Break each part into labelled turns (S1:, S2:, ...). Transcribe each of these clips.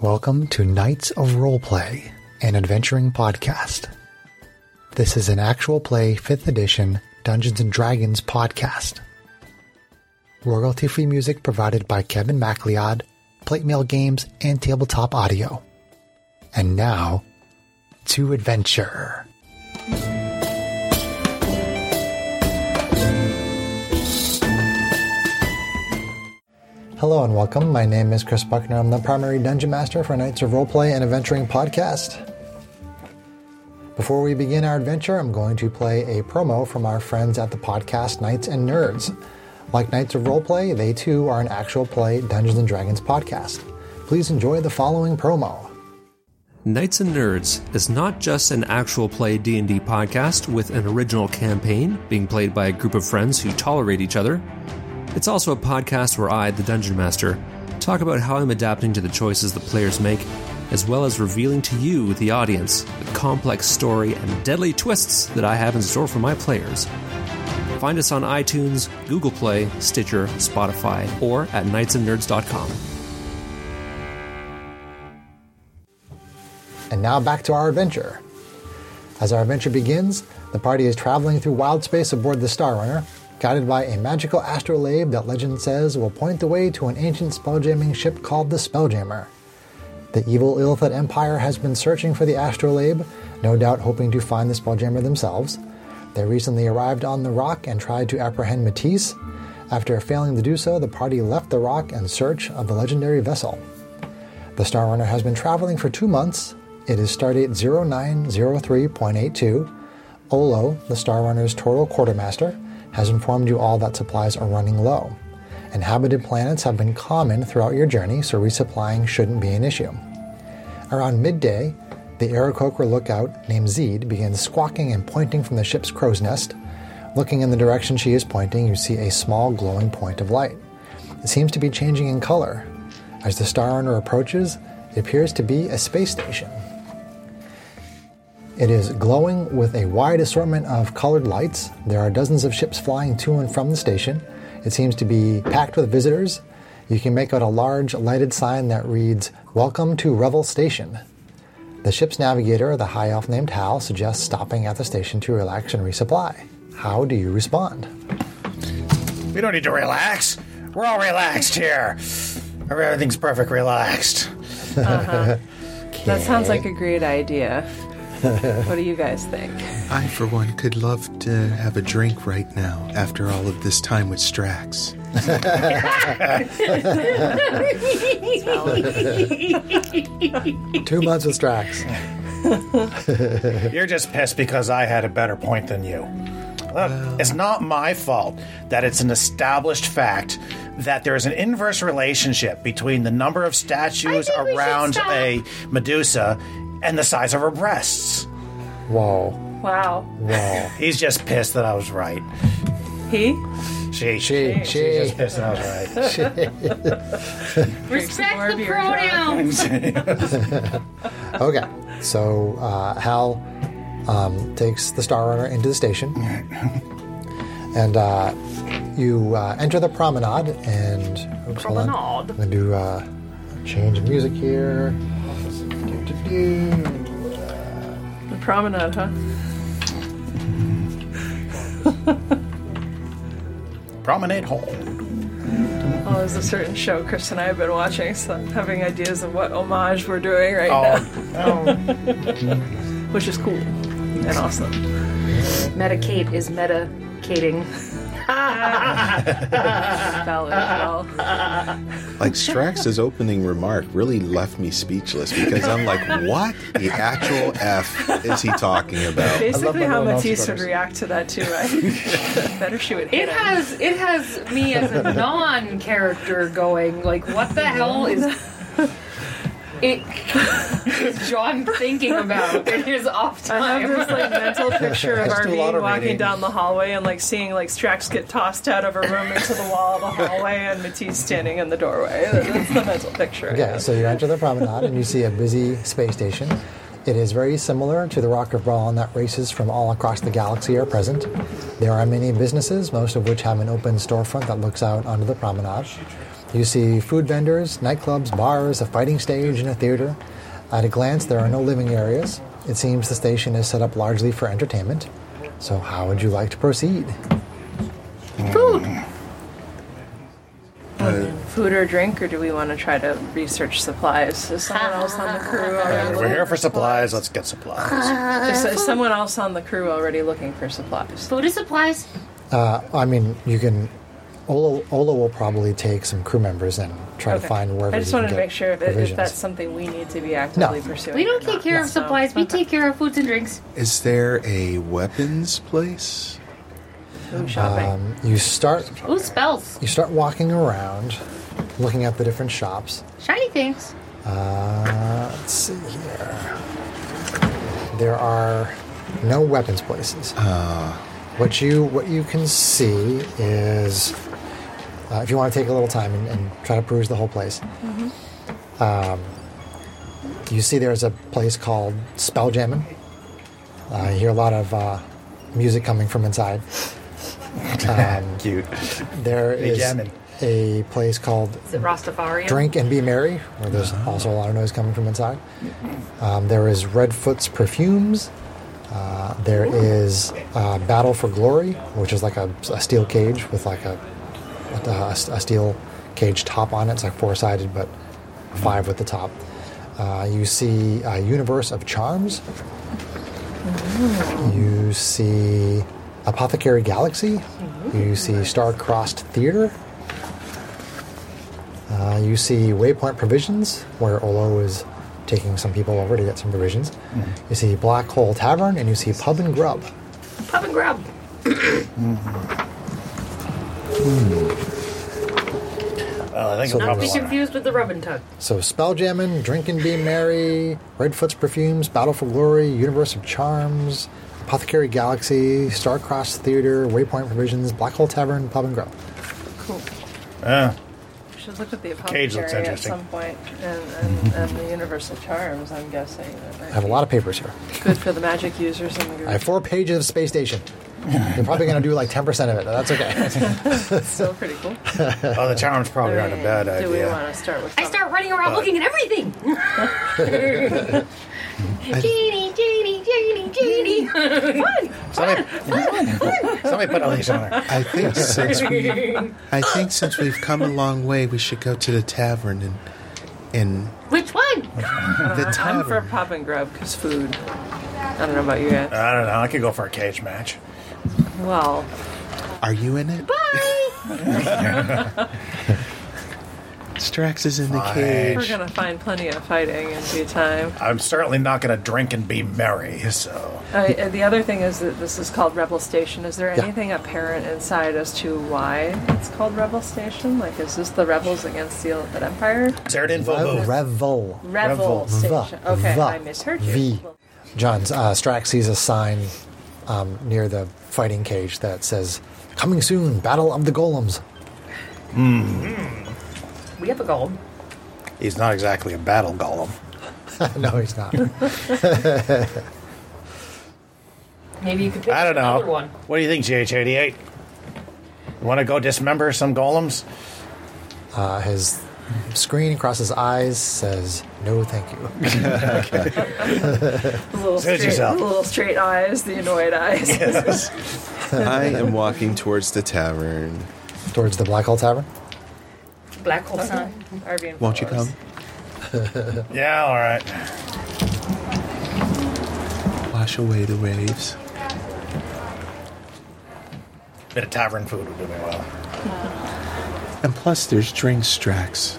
S1: welcome to Knights of Roleplay, an adventuring podcast. This is an actual play 5th edition Dungeons and Dragons podcast. Royalty free music provided by Kevin MacLeod, Plate Mail Games, and Tabletop Audio. And now, to adventure. Hello and welcome. My name is Chris Buckner. I'm the primary dungeon master for Knights of Roleplay and Adventuring podcast. Before we begin our adventure, I'm going to play a promo from our friends at the podcast Knights and Nerds. Like Knights of Roleplay, they too are an actual play Dungeons and Dragons podcast. Please enjoy the following promo.
S2: Knights and Nerds is not just an actual play D&D podcast with an original campaign being played by a group of friends who tolerate each other. It's also a podcast where I, the Dungeon Master, talk about how I'm adapting to the choices the players make, as well as revealing to you, the audience, the complex story and deadly twists that I have in store for my players. Find us on iTunes, Google Play, Stitcher, Spotify, or at knightsandnerds.com.
S1: And now back to our adventure. As our adventure begins, the party is traveling through wild space aboard the Star Runner, guided by a magical astrolabe that legend says will point the way to an ancient spelljamming ship called the Spelljammer. The evil Illithid Empire has been searching for the astrolabe, no doubt hoping to find the Spelljammer themselves. They recently arrived on the rock and tried to apprehend Matisse. After failing to do so, the party left the rock in search of the legendary vessel. The Star Runner has been traveling for two months. It is stardate 0903.82. Olo, the Star Runner's total quartermaster, has informed you all that supplies are running low. Inhabited planets have been common throughout your journey, so resupplying shouldn't be an issue. Around midday, the Aarakocra lookout named Zed begins squawking and pointing from the ship's crow's nest. Looking in the direction she is pointing, you see a small glowing point of light. It seems to be changing in color. As the Star Runner approaches, it appears to be a space station. It is glowing with a wide assortment of colored lights. There are dozens of ships flying to and from the station. It seems to be packed with visitors. You can make out a large lighted sign that reads, Welcome to Revel Station. The ship's navigator, the high elf named Hal, suggests stopping at the station to relax and resupply. How do you respond?
S3: We don't need to relax. We're all relaxed here. Everything's perfect relaxed.
S4: That sounds like a great idea. what do you guys think?
S5: I, for one, could love to have a drink right now after all of this time with Strax.
S1: Two months with Strax.
S3: You're just pissed because I had a better point than you. Look, it's not my fault that it's an established fact that there is an inverse relationship between the number of statues
S6: I think we should
S3: around
S6: stop.
S3: a Medusa and the size of her breasts.
S1: Whoa.
S4: Wow.
S1: Whoa.
S3: He's just pissed that I was right.
S4: He?
S3: She,
S1: She,
S3: she's
S1: she.
S3: just pissed that I was right.
S4: Drink some more
S6: Respect the
S4: beer, John.
S6: pronouns.
S1: Okay, so uh, Hal um, takes the Star Runner into the station, and uh, you uh, enter the promenade. And oops, hold on.
S4: Promenade.
S1: I'm gonna do uh, change the music here. Do-do-do.
S4: The promenade, huh?
S3: Promenade Hall.
S4: Oh, there's a certain show Chris and I have been watching, so I'm having ideas of what homage we're doing right
S3: Oh,
S4: now, which is cool and awesome.
S7: Medicate is medicating.
S4: Valid as well.
S5: Like, Strax's opening remark really left me speechless because I'm like, what the actual F is he talking about?
S4: Basically,
S3: my
S4: how
S3: little mouse
S4: Matisse would
S3: cutters.
S4: react to that, too, right? Better she would
S7: It
S4: hit him.
S7: has it has me as a non-character going. Like, what the hell is it? Is John thinking about? It is off
S4: I have
S7: time.
S4: this like mental picture
S1: I
S4: of
S1: just do a lot
S4: Arvine
S1: of
S4: walking
S1: reading.
S4: down the hallway and like seeing like Strax get tossed out of her room into the wall of the hallway and Matisse standing in the doorway. That's the mental picture. I
S1: Okay,
S4: have.
S1: so you enter the promenade and you see a busy space station. It is very similar to the Rock of Braun that races from all across the galaxy are present. There are many businesses, most of which have an open storefront that looks out onto the promenade. You see food vendors, nightclubs, bars, a fighting stage, and a theater. At a glance, there are no living areas. It seems the station is set up largely for entertainment. So, how would you like to proceed?
S4: Food or drink, or do we want to try to research supplies? Is someone else on the crew already?
S3: If we're here for supplies. Let's get
S6: Uh.
S3: supplies.
S4: Is, is someone else on the crew already looking for supplies?
S7: Food and supplies.
S1: I mean, you can. Ola, Ola will probably take some crew members and try to find wherever.
S4: I just
S1: you can
S4: wanted to
S1: get
S4: make sure if, if
S1: provisions.
S4: that's something we need to be actively pursuing.
S7: We don't
S4: or
S7: take
S4: not.
S7: care of
S4: So-
S7: supplies. We take care of foods and drinks.
S5: Is there a weapons place?
S4: Ooh, shopping.
S1: You start.
S7: Ooh, spells.
S1: You start walking around, looking at the different shops.
S7: Shiny things.
S1: Uh, let's see here. There are no weapons places. what you what you can see is, uh, if you want to take a little time and, and try to peruse the whole place, um, you see there's a place called Spell Jammin'. Uh, you hear a lot of uh, music coming from inside.
S3: Cute.
S1: There
S3: They
S1: is
S3: jammin'.
S1: a place called
S6: Is it Rastafarian?
S1: drink and be merry, where there's also a lot of noise coming from inside. Um, there is Redfoot's Perfumes. Uh, there is uh, Battle for Glory, which is like a, a steel cage with like a, a, a steel cage top on it. It's like four sided, but five with the top. Uh, you see uh, Universe of Charms. You see Apothecary Galaxy. You see Star Crossed Theater. Uh, you see Waypoint Provisions, where Olo is taking some people over to get some provisions. You see Black Hole Tavern, and you see Pub and Grub.
S6: Pub and grub.
S3: Oh, I think
S1: So
S3: I
S6: Not to
S3: probably
S6: be
S3: wanna-
S6: confused with the rub and tug.
S1: So Spelljammin', Drink and Be Merry, Redfoot's Perfumes, Battle for Glory, Universe of Charms, Apothecary Galaxy, Starcross Theater, Waypoint Provisions, Black Hole Tavern, Pub and Grub.
S4: Cool.
S3: Uh,
S4: We should look at the
S3: Cage looks
S4: apothecary at
S3: interesting.
S4: some point, and, and, and the universal charms. I'm guessing. That might
S1: I have a lot of papers here.
S4: be good for the magic users in the group.
S1: I have four pages of Space Station. You're probably going to do like 10% of it, but that's okay.
S4: It's still pretty cool.
S3: oh, the charms probably aren't a bad
S4: Do we want
S3: idea.
S4: to start with?
S6: I
S4: something?
S6: start running around looking at everything.
S7: Genie, genie, genie, genie.
S3: Somebody, somebody put all these on there.
S5: I think since we, I think since we've come a long way, we should go to the tavern and and
S7: Which one?
S5: the
S4: Uh, I'm for
S5: tavern.
S4: pop and grub because food. I don't know about you guys.
S3: I don't know. I could go for a cage match.
S4: Well,
S5: Are you in it?
S7: Bye.
S5: Strax is in the
S3: Fine.
S5: cage.
S4: we're gonna find plenty of fighting in due time.
S3: I'm certainly not going to drink and be merry. So
S4: I, uh, the other thing is that this is called Rebel Station. Is there anything apparent inside as to why it's called Rebel Station? Like, is this the rebels against the, the Empire?
S3: is there an info booth?
S1: Revel.
S4: Rebel,
S3: Rebel.
S4: Station.
S1: The,
S4: Okay,
S1: the,
S4: I misheard you.
S1: the. John uh, Strax sees a sign um, near the fighting cage that says, "Coming soon, Battle of the Golems."
S6: We have a gold.
S3: He's not exactly a battle golem.
S1: no, he's not.
S6: Maybe you could pick
S3: I don't know.
S6: another one.
S3: What do you think, GH88? You want to go dismember some golems?
S1: Uh, his screen across his eyes says, "No, thank you."
S4: The little
S3: Suit
S4: straight,
S3: yourself.
S4: the little straight eyes, the annoyed eyes.
S5: I am walking towards the tavern.
S1: Towards the Black Hole Tavern.
S6: Black hole sign.
S4: Are being
S5: Won't you
S4: followers.
S5: come?
S3: Yeah, all right.
S5: Wash away the waves.
S3: Bit of tavern food would do me well.
S5: And plus, there's drink Strax.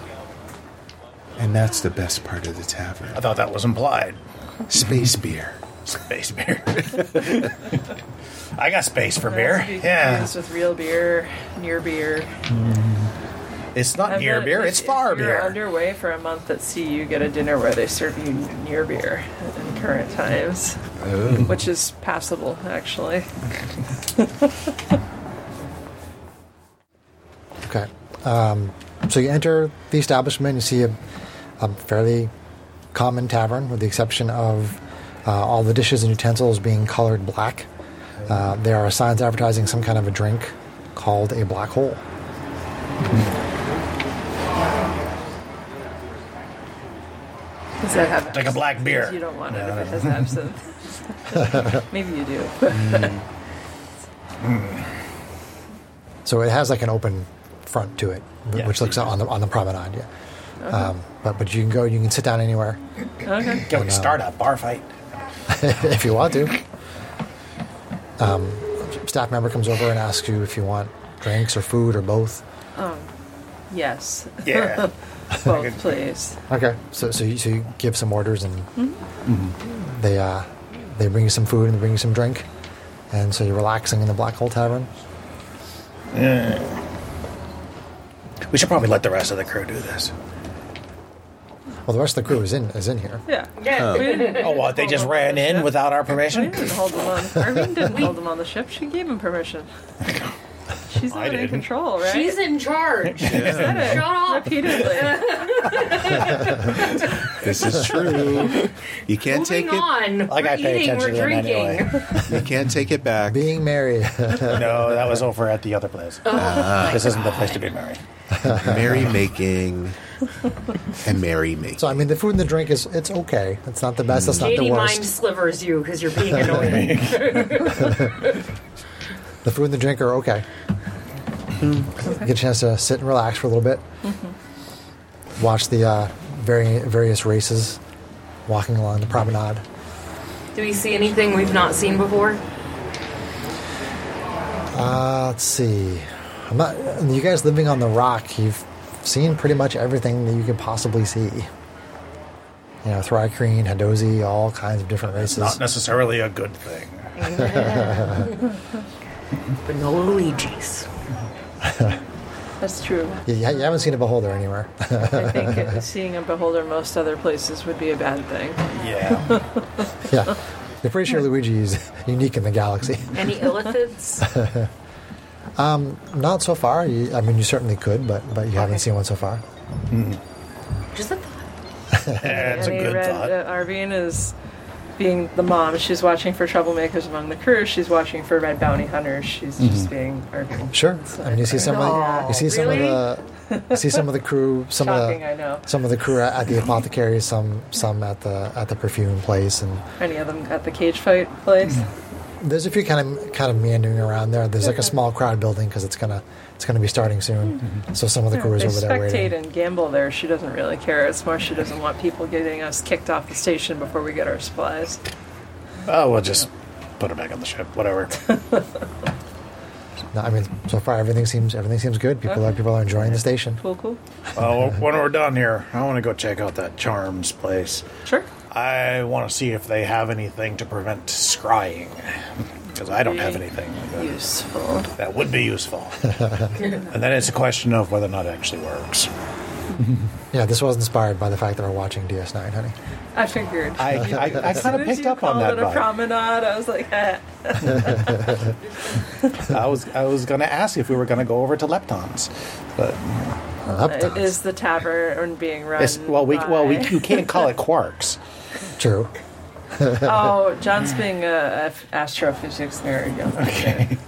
S5: And that's the best part of the
S3: I
S5: tavern.
S3: thought that was implied.
S5: Space beer.
S3: Space beer. I got space for
S4: Not
S3: beer.
S4: to be
S3: Yeah,
S4: confused with real beer, near beer.
S3: it's not
S4: I
S3: near
S4: bet
S3: beer.
S4: if-
S3: It's
S4: if
S3: far
S4: you're
S3: beer.
S4: underway for a month at sea, you get a dinner where they serve you near beer in current times,
S3: Oh.
S4: which is passable actually.
S1: Okay. Um, so you enter the establishment. You see a, a fairly common tavern, with the exception of uh, all the dishes and utensils being colored black. Uh, there are signs advertising some kind of a drink called a black hole.
S4: ones that have
S3: Like a black
S4: absinthe,
S3: beer.
S4: You don't want it if it has absinthe. Maybe you do.
S1: So it has like an open front to it, wh-
S3: Yeah.
S1: which looks out on the on the promenade. Yeah. Um, but but you can go. You can sit down anywhere
S4: okay.
S3: Can we start a bar fight?
S1: if you want to. Um, staff member comes over and asks you if you want drinks or food or both.
S4: Yes.
S3: Yeah.
S4: Both, please.
S1: Okay. So so you, so you give some orders and they uh, they bring you some food and they bring you some drink, and so you're relaxing in the Black Hole Tavern.
S3: we should probably let the rest of the crew do this.
S1: Well, the rest of the crew is in is in here.
S4: Yeah.
S6: Yeah.
S4: We didn't,
S3: Oh, what? They just ran in without our
S4: we
S3: permission?
S4: didn't hold them on. Irving didn't hold them on the ship. She gave him permission. She's
S3: I
S4: not in
S3: didn't.
S4: control, right?
S7: She's in charge.
S4: Said it
S7: Shut up.
S4: repeatedly.
S5: This is true. You can't
S7: Moving
S5: take it.
S7: on.
S3: Like
S7: we're
S3: I pay
S7: eating,
S3: attention
S7: we're
S3: to them
S7: drinking.
S3: anyway.
S5: You can't take it back.
S1: Being married.
S3: No, that was over at the other place.
S4: Oh,
S3: Uh, this isn't the place to be married.
S5: Merry making and merry making.
S1: so I mean, the food and the drink is it's okay. It's not the best. It's not the
S7: Katie
S1: worst.
S7: mind slivers you because you're being annoying.
S1: The food and the drink are okay. Get a chance to sit and relax for a little bit. Watch the uh, vari- various races walking along the promenade.
S7: Do we see anything we've not seen before?
S1: Uh, let's see. I'm not, you guys living on the rock, you've seen pretty much everything that you could possibly see. You know, Thrycreen, Hadozi, all kinds of different races.
S3: Not necessarily a good thing.
S6: But no Luigi's.
S4: That's true.
S1: you, you haven't seen a beholder anywhere.
S4: I think it- seeing a beholder most other places would be a bad thing.
S3: Yeah.
S1: yeah. You're pretty sure Luigi is unique in the galaxy.
S6: Any illithids?
S1: Not so far. You, I mean, you certainly could, but, but you haven't seen one so far.
S6: Just a thought.
S3: That's a
S4: Any
S3: good
S4: red-
S3: thought.
S4: Uh, Arvine is being the mom. She's watching for troublemakers among the crew. She's watching for red bounty hunters. She's just being Arvine.
S1: Sure. I mean, you see some of the,
S6: No,
S1: you see some
S6: really?
S1: of the you see some of the crew, some
S4: Shocking, I
S1: of
S4: know.
S1: the, some of the crew at, at the apothecary, some some at the at the perfume place, and
S4: Any of them at the cage fight place?
S1: there's a few kind of kind of meandering around there. There's like a small crowd building because it's gonna it's gonna be starting soon,
S4: Mm-hmm.
S1: so some of the crew is
S4: They
S1: over there
S4: spectate
S1: waiting.
S4: and gamble there. She doesn't really care. It's more she doesn't want people getting us kicked off the station before we get our supplies.
S3: Oh, we'll just put it back on the ship. Whatever.
S1: No, I mean, so far everything seems everything seems good. People are people are enjoying the station.
S4: Cool, cool.
S3: Oh, when we're done here, I want to go check out that Charms place.
S4: Sure.
S3: I want to see if they have anything to prevent scrying. Because I don't have anything like that.
S4: Useful.
S3: That would be useful. and then it's a question of whether or not it actually works.
S1: Yeah, this was inspired by the fact that we're watching DS9, honey.
S4: I figured.
S3: I, I, I kind of
S4: As soon as
S3: picked
S4: you
S3: up on
S4: called
S3: that
S4: it a
S3: vibe.
S4: promenade. I was like, ah.
S3: I was I was going to ask if we were going to go over to Leptons, but
S1: Up
S4: It is the tavern being run.
S3: it's, well we well we
S4: by-
S3: you can't call it quarks.
S1: true.
S3: uh,
S4: Oh, John's being a, a f- astrophysics nerd. Young okay.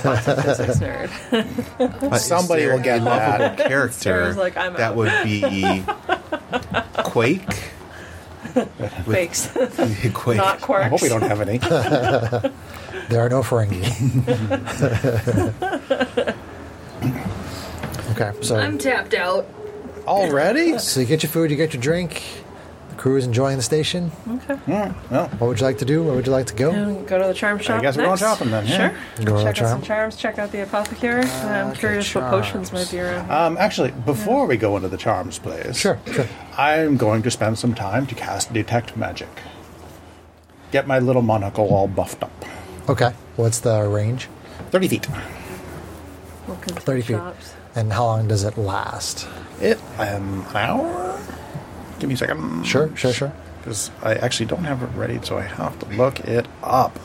S4: Quantum physics nerd.
S5: But is
S3: Somebody
S5: there
S3: will get
S5: a
S3: that.
S5: lovable character
S4: Sarah's like, I'm
S5: that
S4: out.
S5: would be Quake.
S4: Fakes.
S5: Quake.
S4: Not
S3: I
S4: quirks.
S3: hope we don't have any.
S1: There are no Ferengi. okay, so
S7: I'm tapped out.
S3: Already?
S1: So you get your food, you get your drink. The crew is enjoying the station.
S3: Well,
S1: What would you like to do? Where would you like to go?
S4: And Go to the charm shop.
S3: I guess we're going
S4: next.
S3: shopping then. yeah.
S4: Sure.
S1: Go to
S4: check
S1: the
S4: out
S1: charm. Ah,
S4: some charms. Check out the apothecary. I'm
S1: Okay,
S4: curious what potions might
S1: charms.
S4: be around. here.
S3: Um, actually, before we go into the charms place,
S1: Sure, sure.
S3: I'm going to spend some time to cast detect magic. Get my little monocle all buffed up.
S1: Okay. What's the range?
S3: Thirty feet.
S4: Welcome to
S1: Thirty
S4: the
S1: feet.
S4: shops.
S1: And how long does it last?
S3: It um, an hour. Give me a second.
S1: Sure, sure, sure.
S3: Because I actually don't have it ready, so I have to look it up.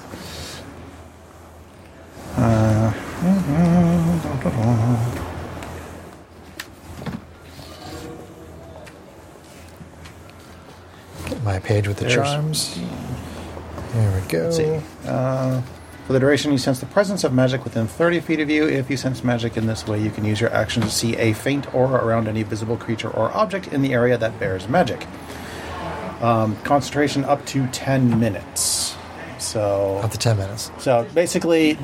S1: Get my page with the
S3: There's-
S1: charms. There we go.
S3: Let's see. Uh, for the duration, you sense the presence of magic within 30 feet of you. If you sense magic in this way, you can use your action to see a faint aura around any visible creature or object in the area that bears magic. Um, concentration up to 10 minutes. So
S1: Up to 10 minutes.
S3: so basically,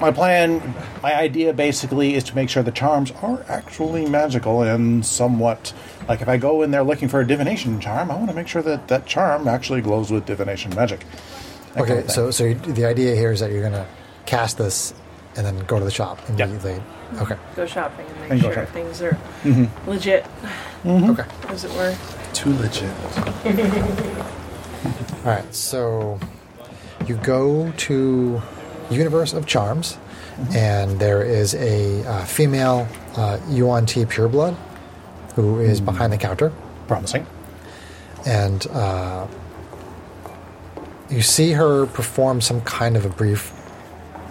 S3: my plan, my idea basically is to make sure the charms are actually magical and somewhat. Like if I go in there looking for a divination charm, I want to make sure that that charm actually glows with divination magic. That kind
S1: Okay,
S3: of thing.
S1: so so you, the idea here is that you're going to cast this and then go to the shop
S3: Yeah.
S1: immediately. Okay,
S4: Go shopping and make
S3: And go
S4: sure
S3: shopping. Mm-hmm.
S4: things are legit,
S1: okay.
S4: as it were.
S5: Too legit.
S1: All right, so you go to Universe of Charms,
S3: Mm-hmm.
S1: and there is a uh, female uh, Yuan T pureblood who is
S3: Hmm.
S1: behind the counter,
S3: promising.
S1: and uh, you see her perform some kind of a brief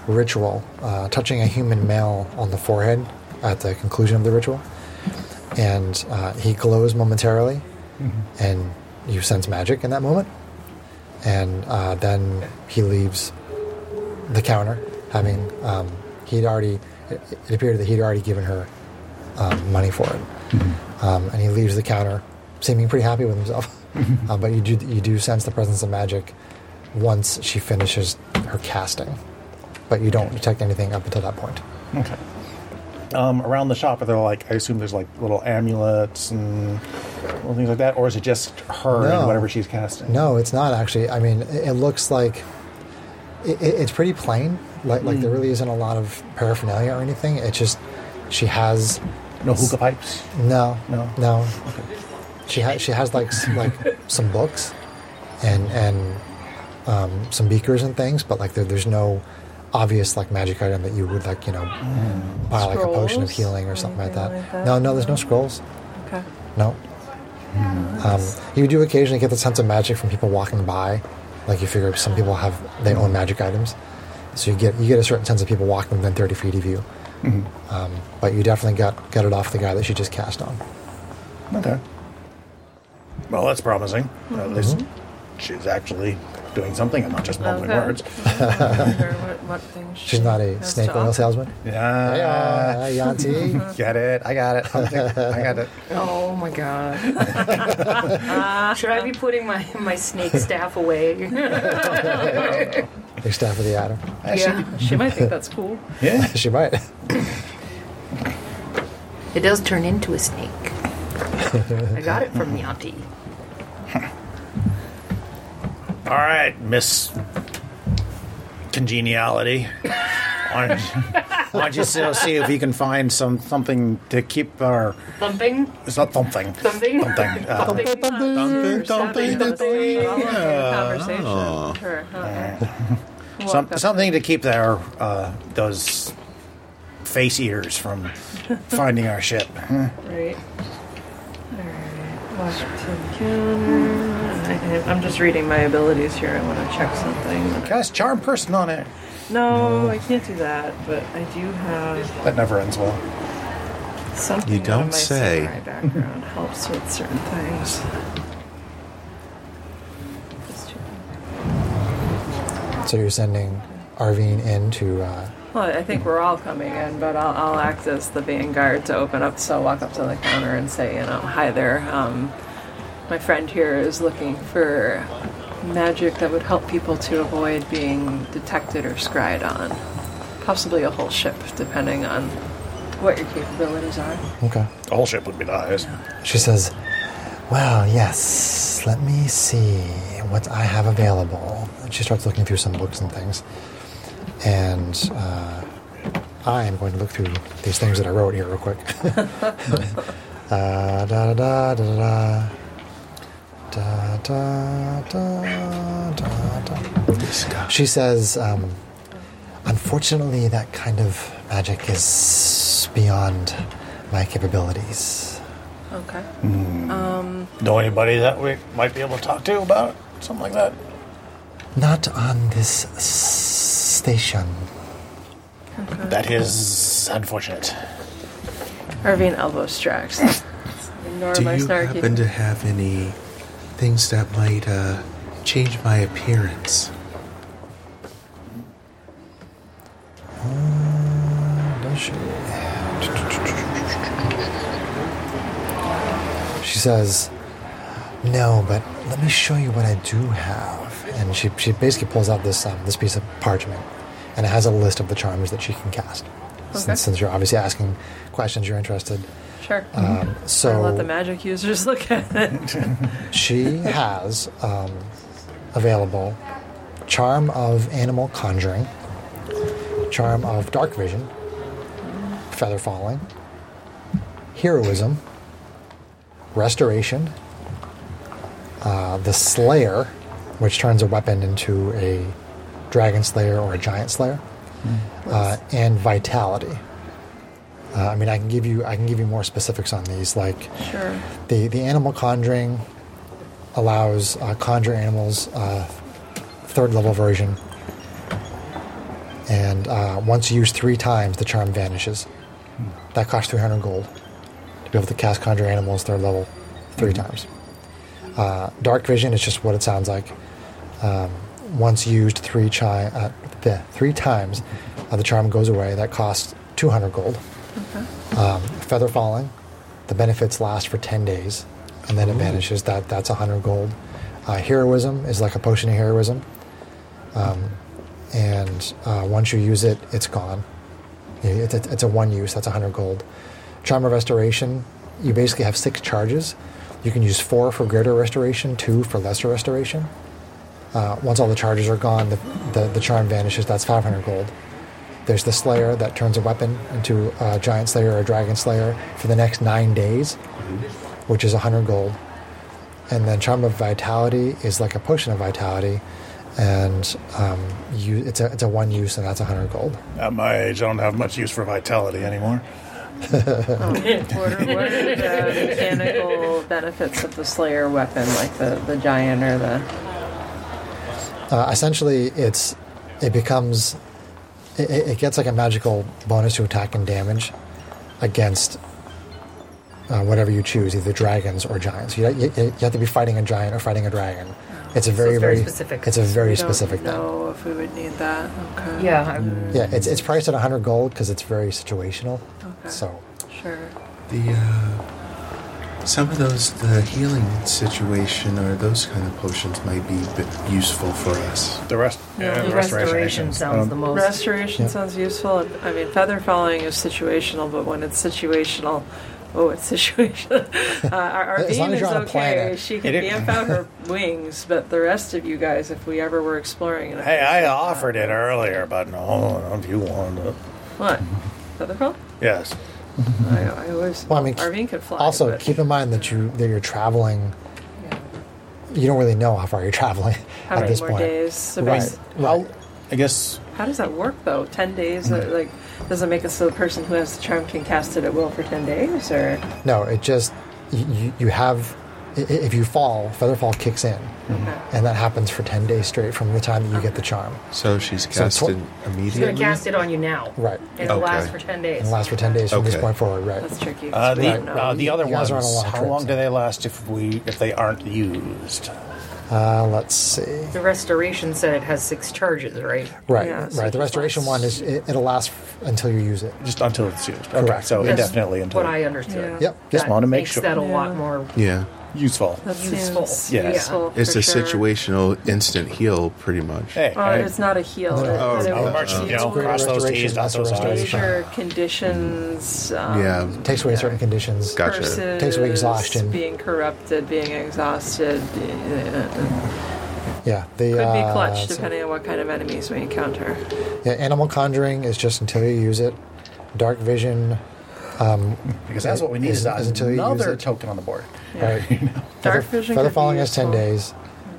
S1: ritual, uh, touching a human male on the forehead at the conclusion of the ritual, and uh, he glows momentarily, and you sense magic in that moment, and uh, then he leaves the counter, having um, he'd already it, it appeared that he'd already given her um, money for it, um, and he leaves the counter, seeming pretty happy with himself. Uh, but you do you do sense the presence of magic once she finishes her casting but you don't detect anything up until that point.
S3: Okay. Um, around the shop, are there like I assume there's like little amulets and little things like that, or is it just her
S1: No.
S3: and whatever she's casting?
S1: No, it's not actually. I mean, it, it looks like it, it- it's pretty plain. Like, like there really isn't a lot of paraphernalia or anything. It's just she has
S3: no hookah pipes.
S1: no,
S3: No?
S1: no. She has she has like s- like some books and and um, some beakers and things, but like there, there's no obvious like magic item that you would like you know buy like a potion of
S4: Scrolls?
S1: healing or something like that.
S4: Anything like that?
S1: No, no, there's no scrolls.
S4: Okay.
S1: No.
S4: Hmm.
S1: Um, you do occasionally get the sense of magic from people walking by. Like you figure some people have they own magic items, so you get you get a certain sense of people walking within thirty feet of you. Um, but you definitely got got it off the guy that she just cast on.
S3: Okay. Well, that's promising. At least she's actually doing something. I'm not just mumbling
S4: Okay.
S3: words.
S4: I'm sure what, what things
S1: She's not a
S4: has
S1: snake
S4: to
S1: oil
S4: offer.
S1: salesman.
S3: Yeah.
S1: Hey, uh, Yanti.
S3: Get it? I got it. I'm thick. I got it.
S7: Oh my god.
S6: Uh, Should I be putting my, my snake staff away?
S1: Your staff of the atom.
S7: Yeah.
S4: She might think that's cool.
S3: Yeah.
S1: She might.
S6: it does turn into a snake. I got it from the auntie.
S3: All right, Miss Congeniality. Why don't you, why don't you see, see if you can find some something to keep our
S7: Thumping?
S3: It's not something.
S7: Something?
S3: Something. Uh,
S5: Dun, dun, dun,
S4: Having a
S5: dun,
S4: conversation,
S5: dun, dun.
S4: volunteer conversation. Sure. Okay. Walk
S3: some,
S4: up.
S3: something to keep their uh, those face eaters from finding our ship.
S4: Right. Alright, walk up to the counter. I- I'm just reading my abilities here. I want to check something.
S3: Cast charm person on it.
S4: No, I can't do that, but I do have
S3: That never ends well.
S4: something.
S5: You
S4: out of
S5: don't
S4: my
S5: say.
S4: samurai background helps with certain things. Just checking.
S1: so you're sending Arvine in to. Uh,
S4: Well, I think we're all coming in, but I'll, I'll act as the vanguard to open up. So I'll walk up to the counter and say, you know, hi there. Um, my friend here is looking for magic that would help people to avoid being detected or scried on. Possibly a whole ship, depending on what your capabilities are.
S1: okay.
S3: The whole ship would be nice.
S1: She says, Well, yes, let me see what I have available. And she starts looking through some books and things. And uh, I am going to look through these things that I wrote here real quick. uh, da da da da da. Da, da, da, da, da.
S5: This guy.
S1: She says, um, Unfortunately, that kind of magic is beyond my capabilities.
S4: Okay.
S5: Hmm?
S3: Know anybody that we might be able to talk to about it? Something like that?
S1: Not on this s- station.
S3: That is unfortunate.
S4: Irvine elbow strikes. Ignore
S5: Do
S4: my
S5: you
S4: snarky.
S5: happen to have any things that might uh, change my appearance?
S1: Does she? She says, No, but let me show you what I do have. And she, she basically pulls out this um, this piece of parchment, and it has a list of the charms that she can cast.
S4: Okay.
S1: Since, since you're obviously asking questions, you're interested.
S4: Sure.
S5: uh,
S1: Um,
S4: I'll
S1: so
S4: let the magic users look at it.
S1: she has um, available charm of animal conjuring, charm of dark vision, feather falling, heroism, restoration, uh, the slayer, which turns a weapon into a dragon slayer or a giant slayer, uh, and vitality. Uh, I mean, I can give you I can give you more specifics on these, like
S4: Sure.
S1: the, the animal conjuring allows uh, conjure animals uh, third level version and uh, once used three times the charm vanishes that costs 300 gold to be able to cast conjure animals third level 3 times uh, dark vision is just what it sounds like um, once used three, chi- uh, bleh, three times uh, the charm goes away that costs 200 gold um, feather falling the benefits last for 10 days and then it vanishes that that's 100 gold uh, heroism is like a potion of heroism um, and uh, once you use it it's gone It- it- it's a one use that's 100 gold charm of restoration you basically have six charges you can use four for greater restoration two for lesser restoration uh, once all the charges are gone the, the, the charm vanishes that's 500 gold there's the Slayer that turns a weapon into a Giant Slayer or a Dragon Slayer for the next nine days, which is 100 gold. And then Charm of Vitality is like a potion of vitality, and um, you, it's, a, it's a one use, and that's 100 gold.
S3: At my age, I don't have much use for vitality anymore.
S4: What are, what are the mechanical benefits of the Slayer weapon, like the, the giant or the.
S1: Uh, essentially, it's it becomes it, it it gets like a magical bonus to attack and damage against uh, whatever you choose, either dragons or giants. You, you, you have to be fighting a giant or fighting a dragon.
S4: Oh.
S1: It's a very
S6: it's very
S1: very
S6: specific.
S1: It's a very
S4: We
S1: specific
S4: don't know if we would need that. Okay.
S7: Yeah, I would-
S1: thing. Yeah, it's it's priced at 100 gold because it's very situational. So
S4: Sure.
S5: The uh, some of those the healing situation or those kind of potions might be bit useful for us.
S3: The rest, yeah,
S6: The restoration sounds the most.
S4: Restoration sounds useful. I mean, feather falling is situational, but when it's situational, oh, it's situational. Uh, our
S1: As long
S4: Arvine
S1: as
S4: is
S1: you're on a
S4: okay.
S1: planet.
S4: She
S3: It
S4: can
S3: is-
S4: amp out her wings, but the rest of you guys, if we ever were exploring, in a
S3: Hey,
S4: place
S3: I
S4: like
S3: offered it earlier, but no, if you want to.
S4: that- what feather fall.
S3: Yes.
S4: I, I always.
S1: Mm-hmm. Well, I mean,
S4: Arvine could fly.
S1: also
S4: but-
S1: keep in mind that you that you're traveling. You don't really know how far you're traveling
S4: How
S1: at
S4: many
S1: this
S4: more
S1: point.
S4: days? So
S1: Right.
S4: basi-
S1: Right.
S3: I guess
S4: How does that work though? Ten days? uh, Like, does it make it so the person who has the charm can cast it at will for ten days, or
S1: No, it just y- you, you have. i- i- If you fall, featherfall kicks in,
S4: Mm-hmm.
S1: and that happens for ten days straight from the time that you get the charm.
S5: So she's
S1: So tw-
S5: casted
S6: She's gonna
S5: immediately.
S6: cast it on you now.
S1: Right.
S6: And it'll
S5: Okay.
S6: last for ten days.
S1: And lasts for ten days from this
S5: Okay.
S1: point forward. Right.
S4: that's tricky? 'cause
S3: uh,
S4: we
S3: the
S4: don't know.
S3: uh, the other
S1: You
S3: ones.
S1: guys are on a long
S3: how
S1: trip,
S3: long
S1: so-
S3: do they last if we if they aren't used?
S1: Uh, let's see.
S6: The restoration said it has six charges, right?
S1: Right.
S4: Yeah, so
S1: right. The
S4: it
S1: restoration one is it, it'll last f- until you use it.
S3: Just until it's used. Okay,
S1: Correct.
S3: so
S6: That's
S3: indefinitely until
S6: What I understood.
S4: Yeah.
S1: Yep.
S3: Just
S6: That
S3: wanna make
S6: makes
S3: sure.
S6: that a lot
S4: Yeah.
S6: more.
S5: Yeah,
S3: useful.
S6: Uh,
S4: That
S6: useful.
S4: seems
S3: Yeah.
S4: useful
S5: uh, it's
S4: for
S5: a
S4: sure.
S5: situational instant heal, pretty much.
S3: Hey,
S4: Well,
S3: hey.
S4: it's not a heal. it-
S1: Oh,
S4: it-
S3: I'll
S4: it-
S3: march, you know,
S4: it's more
S3: cross those
S1: Restoration,
S3: T's, dot
S1: that's a
S3: those I's.
S1: restoration.
S4: Exposure conditions. Um,
S5: Yeah,
S1: Takes away certain conditions.
S5: Gotcha.
S4: Curses,
S1: Takes away exhaustion.
S4: Being corrupted, being exhausted. uh,
S1: Yeah. The
S4: Could be
S1: uh,
S4: clutch
S1: so-
S4: depending on what kind of enemies we encounter.
S1: yeah, animal conjuring is just until you use it. Dark vision.
S3: Because that's what we need
S1: Is-
S3: is
S1: is until you use
S3: another
S1: it.
S3: token on the board.
S1: Right.
S4: Dark vision.
S1: Feather
S4: could be
S1: falling is ten
S4: useful.
S1: days.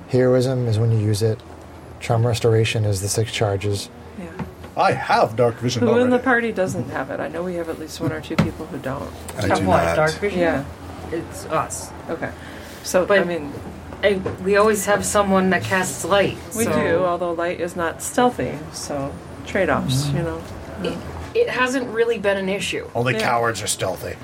S1: Heroism is when you use it. Charm restoration is the six charges.
S4: Yeah.
S3: I have dark vision
S4: Who in the
S3: already.
S4: party doesn't have it? I know we have at least one or two people who don't.
S5: I do
S6: Of what? Dark
S5: not.
S6: vision.
S4: Yeah.
S6: It's us.
S4: Okay. So I
S6: But-
S4: mean,
S6: I, we always have someone that casts light.
S4: we
S6: so-
S4: do. Although light is not stealthy, so trade-offs. You know.
S6: It hasn't really been an issue.
S3: Only
S4: Yeah.
S3: cowards are stealthy.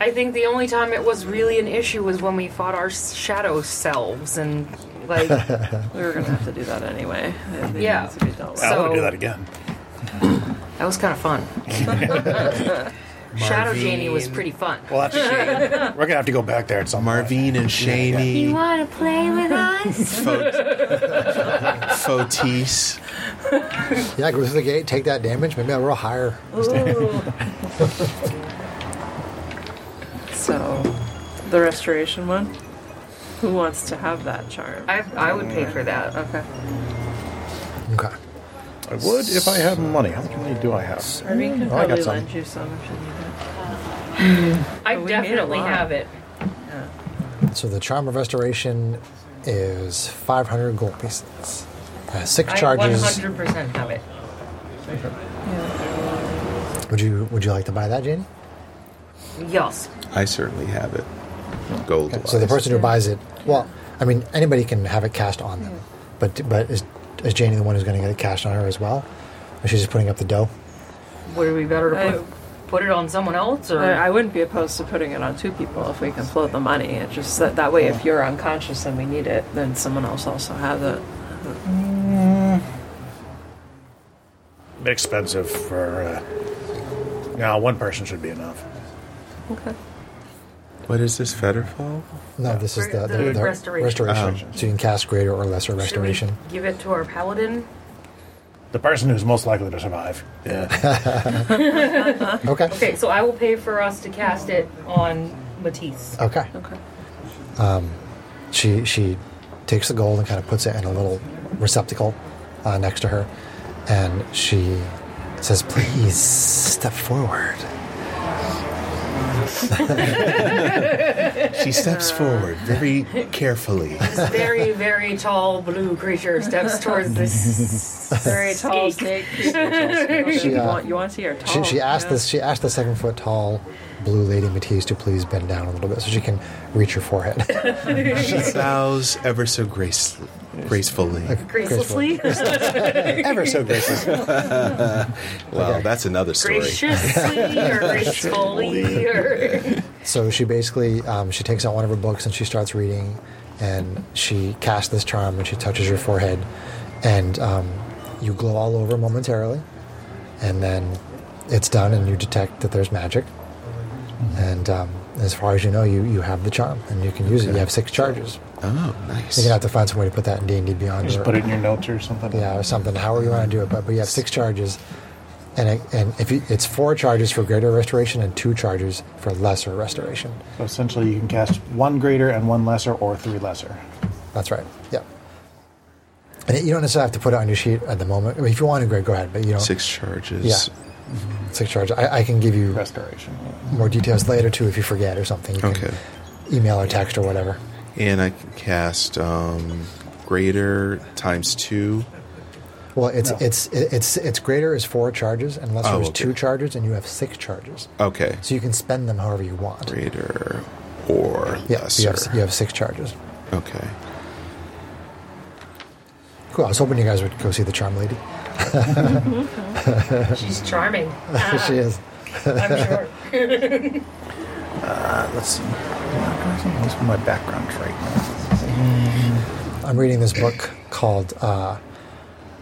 S6: I think the only time it was really an issue was when we fought our shadow selves and like
S4: We were gonna have to do that anyway. It
S6: Yeah.
S4: needs to be dealt with.
S3: I
S6: So-
S3: would do that again.
S6: That was kind of fun. Shadow Janie was pretty fun.
S3: Well, that's a shame. We're gonna have to go back there at some point.
S5: Marvin and Shaney,
S7: want to play with us?
S5: Fotis.
S1: Yeah, go through the gate, take that damage. Maybe I'll roll higher.
S4: So, the restoration one. Who wants to have that charm?
S6: I, I would pay for that.
S4: Okay.
S1: Okay.
S3: I would if I had money. How much money do I have?
S4: Irene can
S3: I got
S4: probably
S3: some.
S4: lend you some if you need it.
S6: I
S4: But we made a
S6: definitely
S4: lot.
S6: have it.
S1: So the charm of restoration is 500 gold pieces. Uh, six
S6: I
S1: charges.
S6: 100% have it.
S1: Would you Would you like to buy that, Janie?
S6: Yes.
S5: I certainly have it. Gold.
S1: Okay, So the person who buys it, well, I mean, anybody can have it cast on them, but but is, is Janie the one who's going to get it cashed on her as well? Or she's just putting up the dough.
S6: Would it be better to
S4: I-
S6: put, put it on someone else? Or
S4: I, I wouldn't be opposed to putting it on two people if we can float the money. It's just that, that way, if you're unconscious and we need it, then someone else also has it.
S3: Expensive for. Uh, no, one person should be enough.
S4: Okay.
S5: What is this, Fetterfall?
S1: No, this is the,
S6: The
S1: the, the
S6: restoration.
S1: restoration. so you can cast greater or lesser
S6: should we
S1: restoration.
S6: give it to our paladin?
S3: The person who's most likely to survive. Yeah.
S1: Okay.
S6: Okay, so I will pay for us to cast it on Matisse.
S1: Okay.
S4: Okay.
S1: She she takes the gold and kind of puts it in a little receptacle uh, next to her, and she says, "Please step forward."
S5: She steps
S7: Uh,
S5: forward very carefully.
S6: This very, very tall blue creature steps towards this
S4: Very tall snake. you,
S1: uh,
S4: want, you want to see her tall?
S1: She, she asked
S4: Oh, yeah.
S1: this. She asked the seven foot tall blue lady Matisse to please bend down a little bit so she can reach her forehead.
S5: She bows ever so grace- gracefully.
S6: graciously.
S1: Ever so gracefully.
S5: Well, that's another story.
S6: Graciously or gracefully or
S1: So she basically um, she takes out one of her books and she starts reading, and she casts this charm and she touches your forehead, and um, you glow all over momentarily, and then it's done and you detect that there's magic,
S3: Mm-hmm.
S1: and um, as far as you know, you you have the charm and you can use it. You have six charges.
S5: Oh,
S1: You're
S5: nice.
S1: gonna have to find some way to put that in D and D Beyond.
S3: Just
S1: or-
S3: put it in your notes or something.
S1: yeah, or something. However you want to do it, but, but you have six charges, and it, and if you, it's four charges for greater restoration and two charges for lesser restoration.
S3: So essentially, you can cast one greater and one lesser, or three lesser.
S1: That's right. Yeah. And you don't necessarily have to put it on your sheet at the moment. I mean, if you want to, Greg, go ahead. But you don't.
S5: Six charges.
S1: Yeah. Six charges. I, I can give you
S3: Restoration.
S1: more details later too if you forget or something. You can
S5: Okay.
S1: Email or text or whatever.
S5: And I can cast um, greater times two.
S1: Well, it's it's it's it's greater is four charges, and lesser
S5: Oh,
S1: is
S5: okay.
S1: two charges, and you have six charges.
S5: Okay.
S1: So you can spend them however you want.
S5: Greater or
S1: Yeah, so you
S5: lesser.
S1: have, you have six charges.
S5: Okay.
S1: Cool. I was hoping you guys would go see the charm lady.
S6: she's charming.
S1: Here she is.
S6: I'm sure.
S3: Let's see. What's my background trait?
S1: I'm reading this book called uh,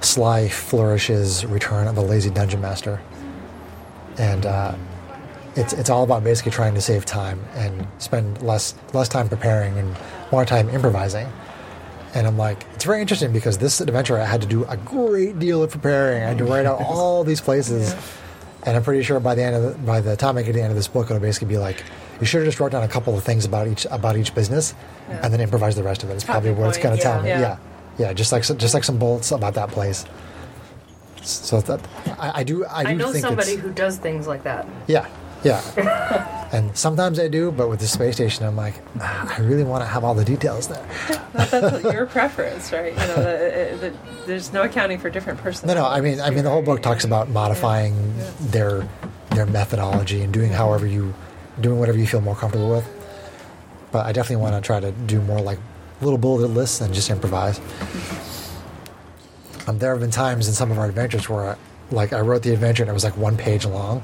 S1: Sly Flourishes Return of the Lazy Dungeon Master. And uh, it's, it's all about basically trying to save time and spend less, less time preparing and more time improvising. And I'm like, it's very interesting because this adventure I had to do a great deal of preparing. I had to write out all these places. And I'm pretty sure by the end of the, by the time I get to the end of this book, it'll basically be like, you should have just wrote down a couple of things about each about each business, and then improvise the rest of it. It's probably what it's
S4: point,
S1: going to
S4: yeah.
S1: tell me. Yeah.
S4: Yeah.
S1: yeah, just like some- just like some bullets about that place. So that I, I do I do
S6: I know
S1: think
S6: somebody
S1: it's,
S6: who does things like that.
S1: yeah yeah. and sometimes I do, but with the space station, I'm like, ah, I really want to have all the details there.
S4: That's your preference, right? You know, the, the, there's no accounting for different
S1: No,
S4: personalities.
S1: no. I mean, I mean, the whole book talks about modifying their their methodology and doing however you doing whatever you feel more comfortable with. But I definitely want to try to do more like little bulleted lists and just improvise. Um, there have been times in some of our adventures where, I, like, I wrote the adventure and it was like one page long,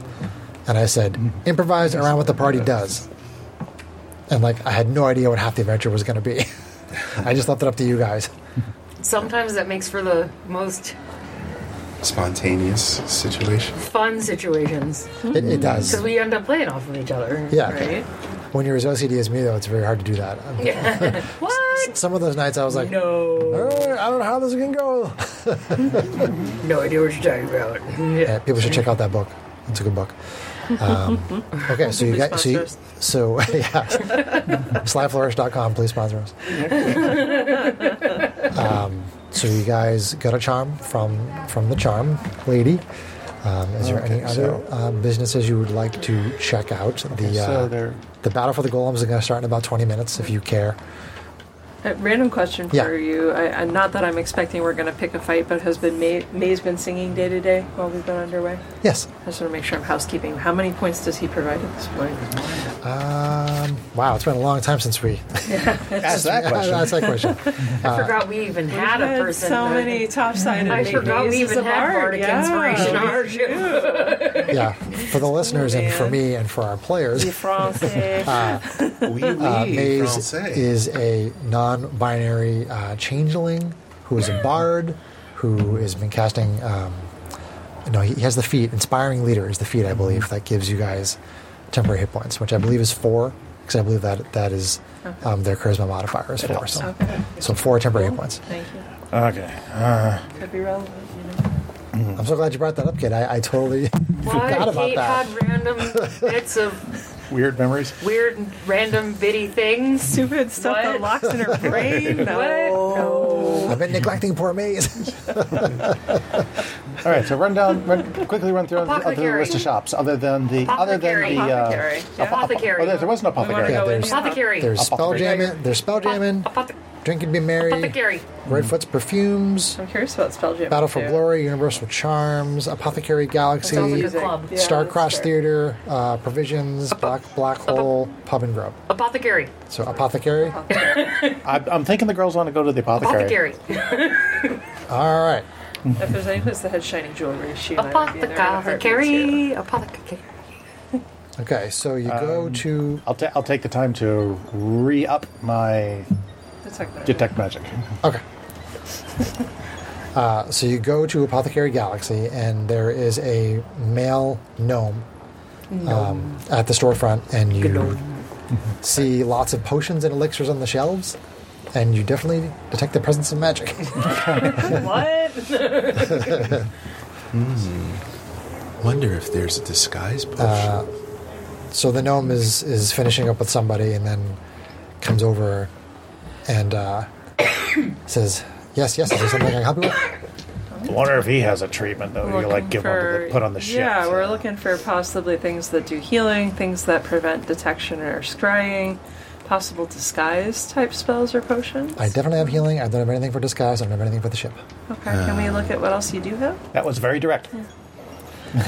S1: and I said, "Improvise around what the party does," and like I had no idea what half the adventure was going to be. I just left it up to you guys.
S6: Sometimes that makes for the most
S5: spontaneous situation.
S6: Fun situations.
S1: It, it does.
S6: Because we end up playing off of each other.
S1: Yeah.
S6: Right?
S1: When you're as OCD as me, though, it's very hard to do that.
S6: What?
S1: Some of those nights I was like,
S6: No.
S1: "Oh, I don't know how this can go.
S6: No idea what you're talking about.
S1: Yeah, people should check out that book. It's a good book. Um, okay, so you
S4: Please
S1: got so, you,
S4: sponsor
S1: so yeah, slyflourish.com. Please sponsor us. um, so you guys got a charm from from the charm lady. Um, is there any
S5: Okay,
S1: other
S5: so-
S1: uh, businesses you would like to check out? the
S5: so
S1: uh,
S5: there-
S1: the battle for the golems is going to start in about twenty minutes if you care.
S4: A random question for
S1: Yeah.
S4: you. I, I, not that I'm expecting we're going to pick a fight, but has been May, May's been singing day to day while we've been underway?
S1: Yes.
S4: I just want to make sure I'm housekeeping. How many points does he provide at this point?
S1: Um, wow, it's been a long time since we
S3: Ask that question.
S1: asked that question. Uh,
S6: I forgot we even had a person.
S4: so
S6: that-
S4: many topsided.
S6: I
S4: May
S6: forgot we
S4: Mays
S6: even
S4: of
S6: had
S4: art,
S6: Bardic
S4: yeah.
S6: Inspiration on our show.
S1: yeah, for the listeners and
S6: Oh,
S1: for me and for our players,
S4: The Francais.
S1: Ah.
S5: Oui, oui,
S1: uh, Maze
S5: français.
S1: is a non-binary uh, changeling who is a bard who has been casting. Um, no, he he has the feat. Inspiring leader is the feat I
S6: Mm-hmm.
S1: believe that gives you guys temporary hit points, which I believe is four because I believe that that is um, their charisma modifier is four. So, so four temporary hit points.
S4: Thank you.
S3: Okay.
S4: Could be relevant. You know.
S1: I'm so glad you brought that up, kid. I, I totally
S6: Why
S1: forgot about
S6: Kate
S1: that.
S6: had random bits of
S3: Weird memories.
S6: weird, random, bitty things.
S4: Stupid stuff that
S6: What?
S4: locks in her brain. No.
S1: I've been neglecting poor Maze.
S3: All right, so run down, run, quickly run through other the
S6: Apothecary.
S3: list of shops other than the other than the uh,
S4: Apothecary. Yeah.
S6: Apothecary.
S3: Oh, there, there was an apothecary.
S6: We wanna
S1: Yeah,
S6: go in
S1: there's-
S6: the apothecary.
S1: There's spell
S3: Apothecary.
S1: jamming. There's spell jamming.
S6: Apothe-
S1: Drink and be merry.
S6: apothecary.
S1: Redfoot's perfumes.
S4: I'm curious about spell jam.
S1: Battle for
S4: too.
S1: Glory, Universal Charms, Apothecary Galaxy,
S6: Sounds like a
S4: Music.
S6: club.
S4: Yeah,
S1: Star
S4: that's
S1: Cross
S4: fair.
S1: Theater, uh, Provisions, Black Black Hole, Pub and Grub.
S6: Apothecary.
S1: So Apothecary.
S3: I, I'm thinking the girls want to go to the apothecary.
S6: Apothecary.
S1: All right.
S4: If there's any place that had shining jewelry, she and I would be in there in a heartbeat, too.
S6: Apothecary. Apothecary.
S1: Okay, so you
S6: Um,
S1: go to
S3: I'll, ta- I'll take the time to re up my
S4: That's like that.
S3: detect magic.
S1: okay. Uh, so you go to Apothecary Galaxy, and there is a male gnome um, at the storefront, and you see lots of potions and elixirs on the shelves, and you definitely detect the presence of magic.
S4: What?
S5: Wonder if there's a disguise potion.
S1: Uh, so the gnome is is finishing up with somebody and then comes over and uh, says yes yes is there something i can help you with
S3: I wonder if he has a treatment that you like give him to put on the ship.
S4: Yeah, we're looking for possibly things that do healing, things that prevent detection or scrying, possible disguise type spells or potions.
S1: i definitely have healing i don't have anything for disguise i don't have anything for the ship
S4: okay, can we look at what else you do have?
S3: That was very direct.
S1: i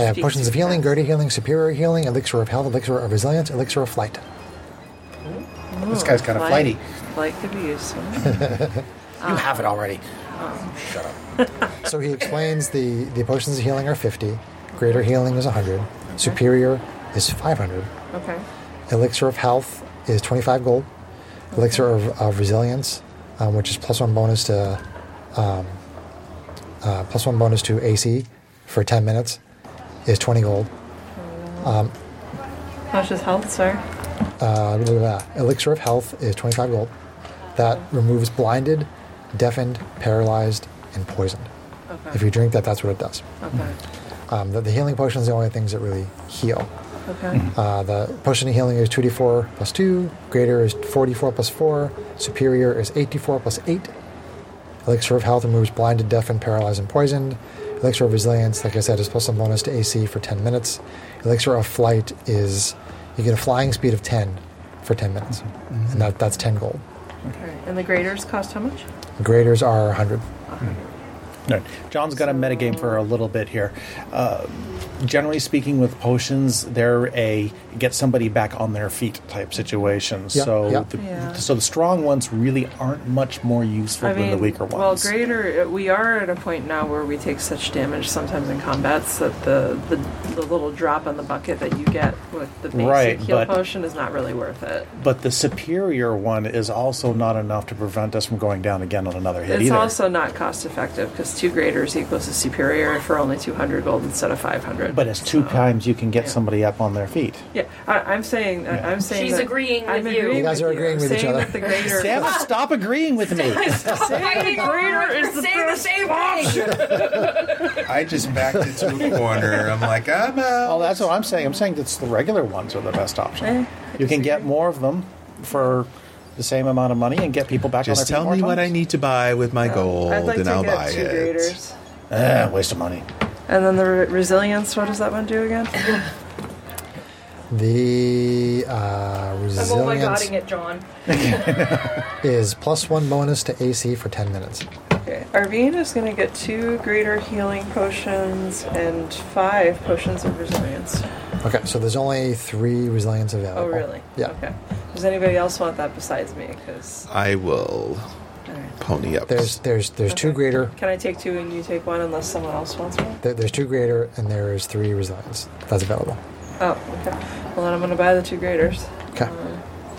S1: have potions Uh, of healing gertie healing superior healing elixir of health elixir of resilience elixir of flight
S3: This guy's kind of flighty.
S4: Like uh, could be useful.
S3: You have it already.
S1: so he explains the the potions of healing are 50 greater healing is 100 superior is 500
S4: Okay.
S1: Elixir of Health is 25 gold. Elixir of, of Resilience, um, which is plus one bonus to um, uh, plus one bonus to AC for 10 minutes, is 20 gold.
S4: How's his health, sir?
S1: Uh, blah, blah, blah. Elixir of Health is 25 gold. That removes blinded, deafened, paralyzed, and poisoned. If you drink that, that's what it does.
S4: Okay.
S1: Um, the, the healing potion is the only things that really heal.
S4: Okay.
S1: Uh, the potion of healing is 2d4 plus 2, greater is 44 plus 4, superior is 84 plus 8. Elixir of health removes blinded, deafened, paralyzed, and poisoned. Elixir of resilience, like I said, is plus one bonus to AC for 10 minutes. Elixir of flight is you get a flying speed of 10 for 10 minutes, and that, that's 10 gold.
S4: Alright, And the graders cost how much?
S1: Graders are 100.
S3: All right. John's got a metagame for a little bit here. Uh, generally speaking, with potions, they're a get somebody back on their feet type situation.
S1: Yeah,
S3: So,
S1: yeah.
S3: The,
S4: Yeah.
S3: so the strong ones really aren't much more useful
S4: I
S3: than
S4: mean,
S3: the weaker
S4: well,
S3: ones.
S4: greater. We are at a point now where we take such damage sometimes in combats that the the, the little drop in the bucket that you get with the basic
S3: Right,
S4: heal
S3: but-
S4: potion is not really worth it.
S3: But the superior one is also not enough to prevent us from going down again on another hit
S4: It's
S3: either.
S4: also not cost effective because two graders equals a superior for only 200 gold instead of 500.
S3: but it's two times you can get somebody up on their feet.
S4: Yeah, I, I'm saying. I, am saying.
S6: She's
S4: that-
S6: agreeing
S4: I'm
S6: with you.
S4: agreeing
S6: You
S1: guys
S4: with
S1: are agreeing with each
S4: saying
S1: other.
S4: That the greater.
S3: Damn it, stop agreeing with me.
S4: saying the greater is the
S6: Say the
S4: best.
S6: same thing.
S5: I just backed it to a corner. I'm like, I'm
S3: Well,
S5: out.
S3: that's what I'm saying. I'm saying that's the regular ones are the best
S6: Eh,
S3: option. You can get more of them for the same amount of money and get people back on
S5: Just
S3: their feet
S5: tell
S3: more
S5: me what I
S3: times.
S5: need to buy with my gold,
S4: I'd like
S5: and
S4: to
S5: I'll
S4: get
S5: buy
S4: two
S5: it.
S4: graders.
S3: Eh, waste of money.
S4: And then the re- resilience. What does that one do again?
S1: The uh,
S6: I'm oh my
S1: resilience
S6: godding it, John.
S1: is plus one bonus to AC for 10 minutes.
S4: Okay, Arvine is going to get two greater healing potions and five potions of resilience.
S1: Okay, so there's only three resilience available.
S4: Oh, really?
S1: Yeah.
S4: Okay. Does anybody else want that besides me? Because
S5: I will pony up.
S1: There's there's there's two
S4: Okay.
S1: greater.
S4: can I take two and you take one unless someone else wants one?
S1: There, there's two greater and there is three resilience that's available.
S4: Oh, okay. Well, then I'm going to buy the two Um, graders.
S1: Okay.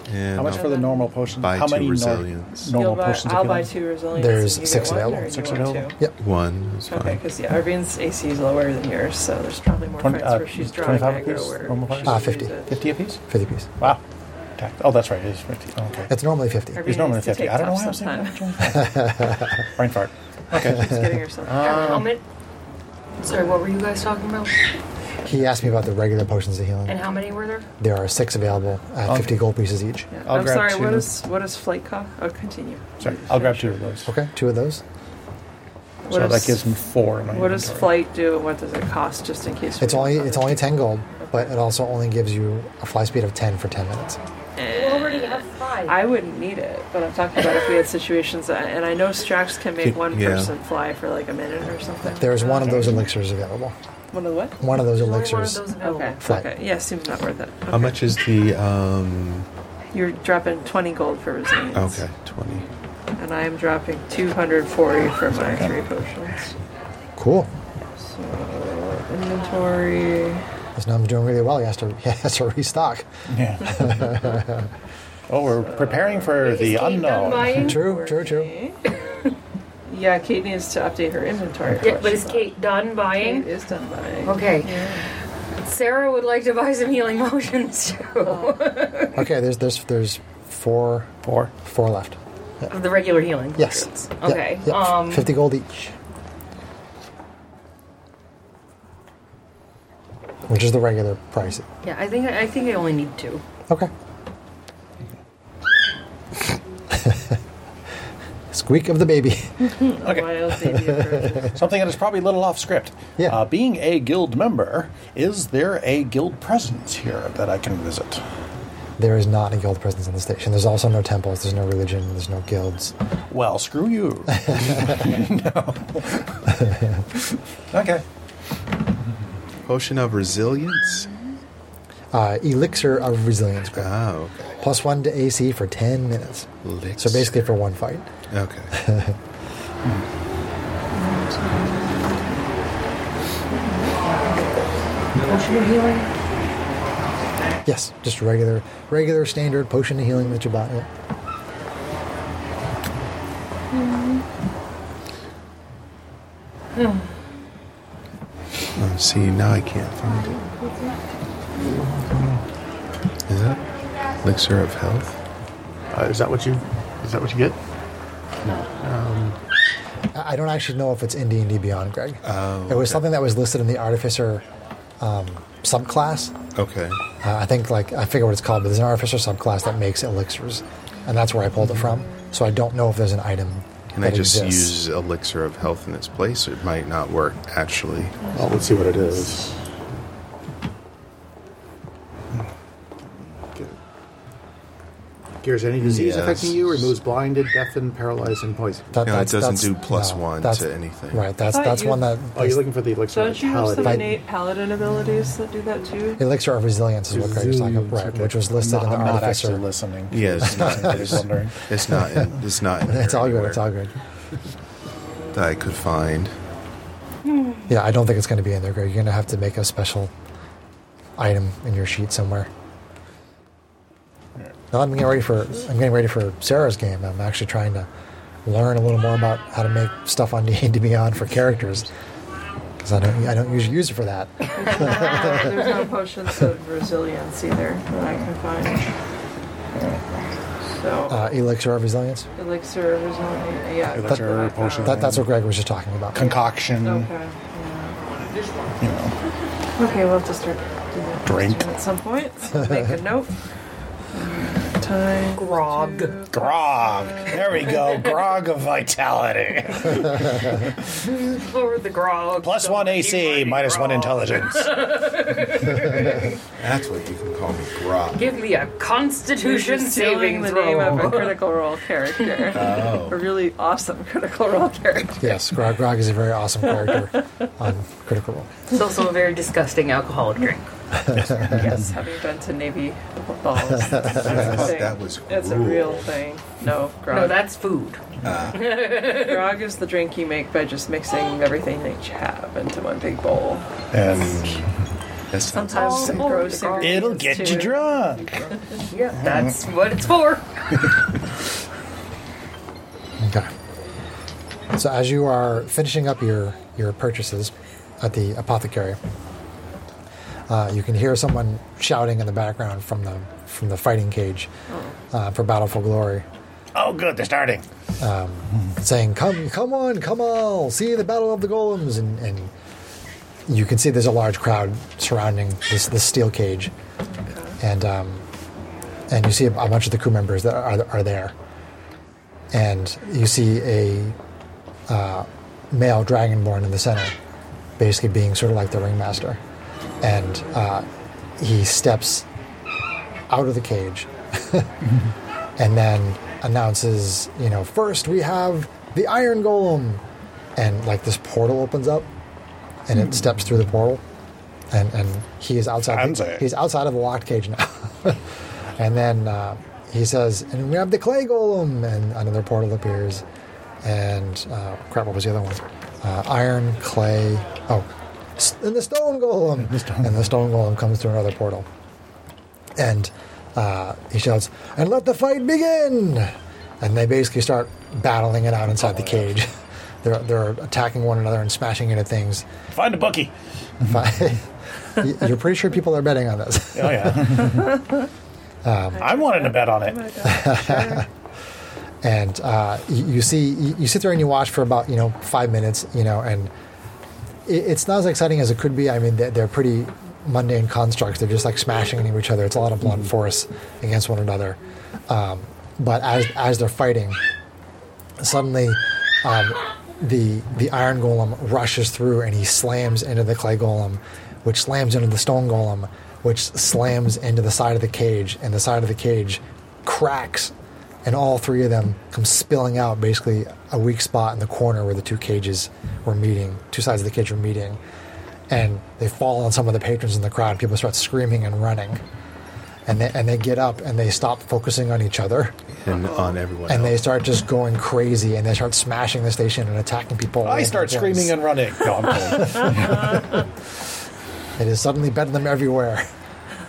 S5: And
S3: How much
S5: I'll
S3: for the normal potion?
S5: Buy
S3: How
S5: two
S3: many nor-
S5: resilience.
S4: You'll
S3: normal
S4: buy,
S3: potions?
S4: I'll
S3: appeal?
S4: buy two resilience.
S1: There's
S4: and you
S1: six
S4: get one,
S1: available.
S4: or you
S3: Six
S4: want
S3: available.
S4: two?
S1: Yep.
S5: One is fine.
S4: Okay, because yeah, Arvine's AC is lower than yours, so there's probably more
S3: Twenty-
S4: fights
S3: uh,
S4: where she's drawing
S3: 25
S4: aggro.
S3: apiece?
S4: Where
S3: Normal
S4: she
S3: fights?
S1: Ah,
S4: uses
S1: 50.
S4: it.
S3: 50 apiece?
S1: 50 piece.
S3: Wow. Tax- Oh, that's right. It is 50. Oh, okay.
S1: It's normally 50.
S4: Arvine
S3: It's normally
S4: needs to
S3: 50.
S4: take
S3: I don't know
S4: tough
S3: why I'm saying
S4: sometime.
S3: that. 25. Brain fart.
S4: She's getting herself.
S6: helmet. Um, Sorry, what were you guys talking about?
S1: He asked me about the regular potions of healing.
S6: And how many were there?
S1: There are six available at 50 gold pieces each.
S4: Yeah.
S3: I'll
S4: I'm
S3: grab
S4: sorry. What
S3: two.
S4: is what is flight cost? Oh, continue.
S3: Sorry. I'll grab two of those.
S1: Okay, two of those.
S4: What
S3: So that
S4: does-
S3: gives me four. in my
S4: What does
S3: inventory.
S4: flight do? and What does it cost? Just in case.
S1: It's
S4: we-
S1: only it's only 10 gold, but it also only gives you a fly speed of 10 for 10 minutes.
S6: We already have five.
S4: I wouldn't need it, but I'm talking about if we had situations, that, and I know Strax can make one
S5: yeah.
S4: person fly for like a minute or something.
S1: There is one of those elixirs available.
S4: One of the what?
S1: One of those
S6: Only one of
S1: elixirs.
S6: those available.
S4: Okay.
S1: Flight.
S4: Okay. Yeah, seems not worth it.
S5: How much is the um
S4: You're dropping 20 gold for resilience.
S5: okay, 20.
S4: And I am dropping 240 for my three potions.
S1: Cool.
S4: So, inventory.
S1: This gnome's doing really well. He has to he has to restock.
S3: Yeah. oh, we're preparing for the
S6: Is Kate done
S3: unknown.
S6: buying?
S1: True, true, true.
S4: Okay. yeah, Kate needs to update her inventory.
S6: Yeah, but is
S4: first.
S6: Kate done
S4: Kate
S6: buying?
S4: is done buying.
S6: Okay. Sarah would like to buy some healing potions too.
S1: Okay, there's there's there's four
S3: Four.
S1: four left.
S6: Of the regular healing.
S1: Yes.
S6: potions.
S1: Yeah,
S6: Okay.
S1: yeah.
S6: Um,
S1: 50 gold each. Which is the regular price.
S6: yeah, I think I think I only need two.
S1: Okay. Squeak of the baby.
S4: A wild baby approaches.
S3: Something that is probably a little off script.
S1: Yeah.
S3: Uh, being a guild member, is there a guild presence here that I can visit?
S1: There is not a guild presence in the station. There's also no temples. There's no religion. There's no guilds.
S3: Well, screw you. no. okay.
S5: Potion of resilience.
S1: Uh, elixir of resilience. Grant.
S5: Oh, okay.
S1: Plus one to AC for 10 minutes. So
S5: Elixir.
S1: basically for one fight.
S5: Okay.
S6: Potion of healing.
S1: Yes, just regular, regular standard potion of healing that you bought. Yeah.
S5: Oh, see, now I can't find it. Is that elixir of health?
S8: Uh, is that what you? Is that what you get?
S1: I I don't actually know if it's in D and D Beyond, Greg.
S5: Oh,
S1: it was something that was listed in the Artificer um, subclass.
S5: Okay.
S1: Uh, I think like I forget what it's called, but there's an Artificer subclass that makes elixirs, and that's where I pulled it from. So I don't know if there's an item.
S5: Can
S1: that
S5: I just
S1: exists.
S5: use elixir of health in its place? It might not work, actually.
S8: Well, Oh, let's see what it is.
S5: Get
S8: Cures any
S5: Yes.
S8: disease affecting you, removes blinded, deafened, paralyzed, and poisoned.
S1: That,
S5: No, it
S1: that's-
S5: doesn't
S1: that's-
S5: do plus
S1: no,
S5: one
S1: that's-
S5: to anything.
S1: Right, that's
S4: Thought
S1: that's
S4: you-
S1: one that
S8: Oh, you're looking for the elixir
S4: Don't you have some
S8: vitality.
S4: innate paladin abilities that do that too?
S1: elixir of resilience is what Gregor's talking about, right,
S8: Resilience, okay.
S1: which was listed in the
S3: I'm
S1: art
S3: not actually
S1: officer.
S3: listening.
S5: Yeah, it's not.
S3: I was
S5: It's,
S3: wondering.
S5: it's not. In, it's not. In
S1: It's
S5: there
S1: all good.
S5: anywhere
S1: It's all good.
S5: That I could find.
S1: Yeah, I don't think it's going to be in there, Greg. You're going to have to make a special item in your sheet somewhere. Now I'm getting ready for I'm getting ready for Sarah's game. I'm actually trying to learn a little more about how to make stuff on D&D Beyond for characters because I don't I don't usually use it for that.
S4: There's no potions of resilience either that I can find. So
S1: Uh, elixir of resilience.
S4: elixir of resilience, yeah.
S3: Elixir,
S4: that's what I
S3: potion.
S4: found.
S1: That, that's what Greg was just talking about.
S3: Concoction.
S4: Okay. yeah. Okay, we'll have to start doing that
S3: Drink.
S4: at some point. Make a note. Time.
S6: Grog.
S3: Grog. There we go. Grog of vitality.
S6: Lower the grog.
S3: Plus
S6: Don't
S3: one
S6: keep
S3: AC,
S6: writing
S3: minus one
S6: grog.
S3: intelligence.
S5: That's what you can call me, grog.
S6: Give me a Constitution
S4: You're stealing
S6: saving
S4: the name of a
S6: throw.
S4: critical role character.
S3: Oh.
S4: A really awesome critical role character.
S1: Yes, Grog, Grog is a very awesome character on Critical Role.
S6: It's also a very disgusting alcoholic drink.
S4: yes, having been to Navy balls. That's a thing.
S5: That was
S4: That's a
S5: cruel.
S4: real thing. No, grog.
S6: No, that's food.
S4: grog is the drink you make by just mixing everything that you have into one big bowl.
S3: and
S5: That's not
S4: Sometimes
S6: Oh,
S4: gross ingredients
S6: grog.
S3: it'll get you
S4: too.
S3: drunk.
S6: Yeah, that's what it's for.
S1: Okay. So as you are finishing up your your purchases at the apothecary, uh, you can hear someone shouting in the background from the from the fighting cage uh, for Battle for Glory, Um,
S3: Oh, good. They're starting.
S1: saying, "Come, come on, come all! See the Battle of the Golems!" And, and you can see there's a large crowd surrounding this this steel cage, and um, and you see a bunch of the crew members that are are there, and you see a uh, male dragonborn in the center, basically being sort of like the ringmaster. And uh, he steps out of the cage and then announces, you know, first we have the Iron Golem. And like this portal opens up and it steps through the portal. And, and he is outside.
S3: Fancy.
S1: he's outside of the locked cage now. and then uh, he says, "And we have the clay golem." And another portal appears. And uh, crap, what was the other one? Uh, iron, clay. Oh, s- and the stone golem. and the stone golem comes through another portal. And uh, he shouts, "And let the fight begin!" And they basically start battling it out inside the cage. They're, they're attacking one another and smashing into things.
S3: Find a bookie.
S1: If I- You're pretty sure people are betting on this.
S3: Oh, yeah. I'm wanting to bet on
S4: Oh my
S3: it.
S4: gosh, sure.
S1: and uh, you, you see you, you sit there and you watch for about you know five minutes you know and it, it's not as exciting as it could be i mean they're, they're pretty mundane constructs they're just like smashing into each other it's a lot of blunt force against one another um, but as as they're fighting suddenly um, the the iron golem rushes through and he slams into the clay golem, which slams into the stone golem, which slams into the side of the cage, and the side of the cage cracks, and all three of them come spilling out, basically a weak spot in the corner where the two cages were meeting, two sides of the cage were meeting, and they fall on some of the patrons in the crowd. People start screaming and running. And they, and they get up and they stop focusing on each other
S5: and on everyone.
S1: and they
S5: else.
S1: start just going crazy and they start smashing the station and attacking people.
S3: I start screaming and running. No, I'm kidding.
S1: It is suddenly bedlam everywhere.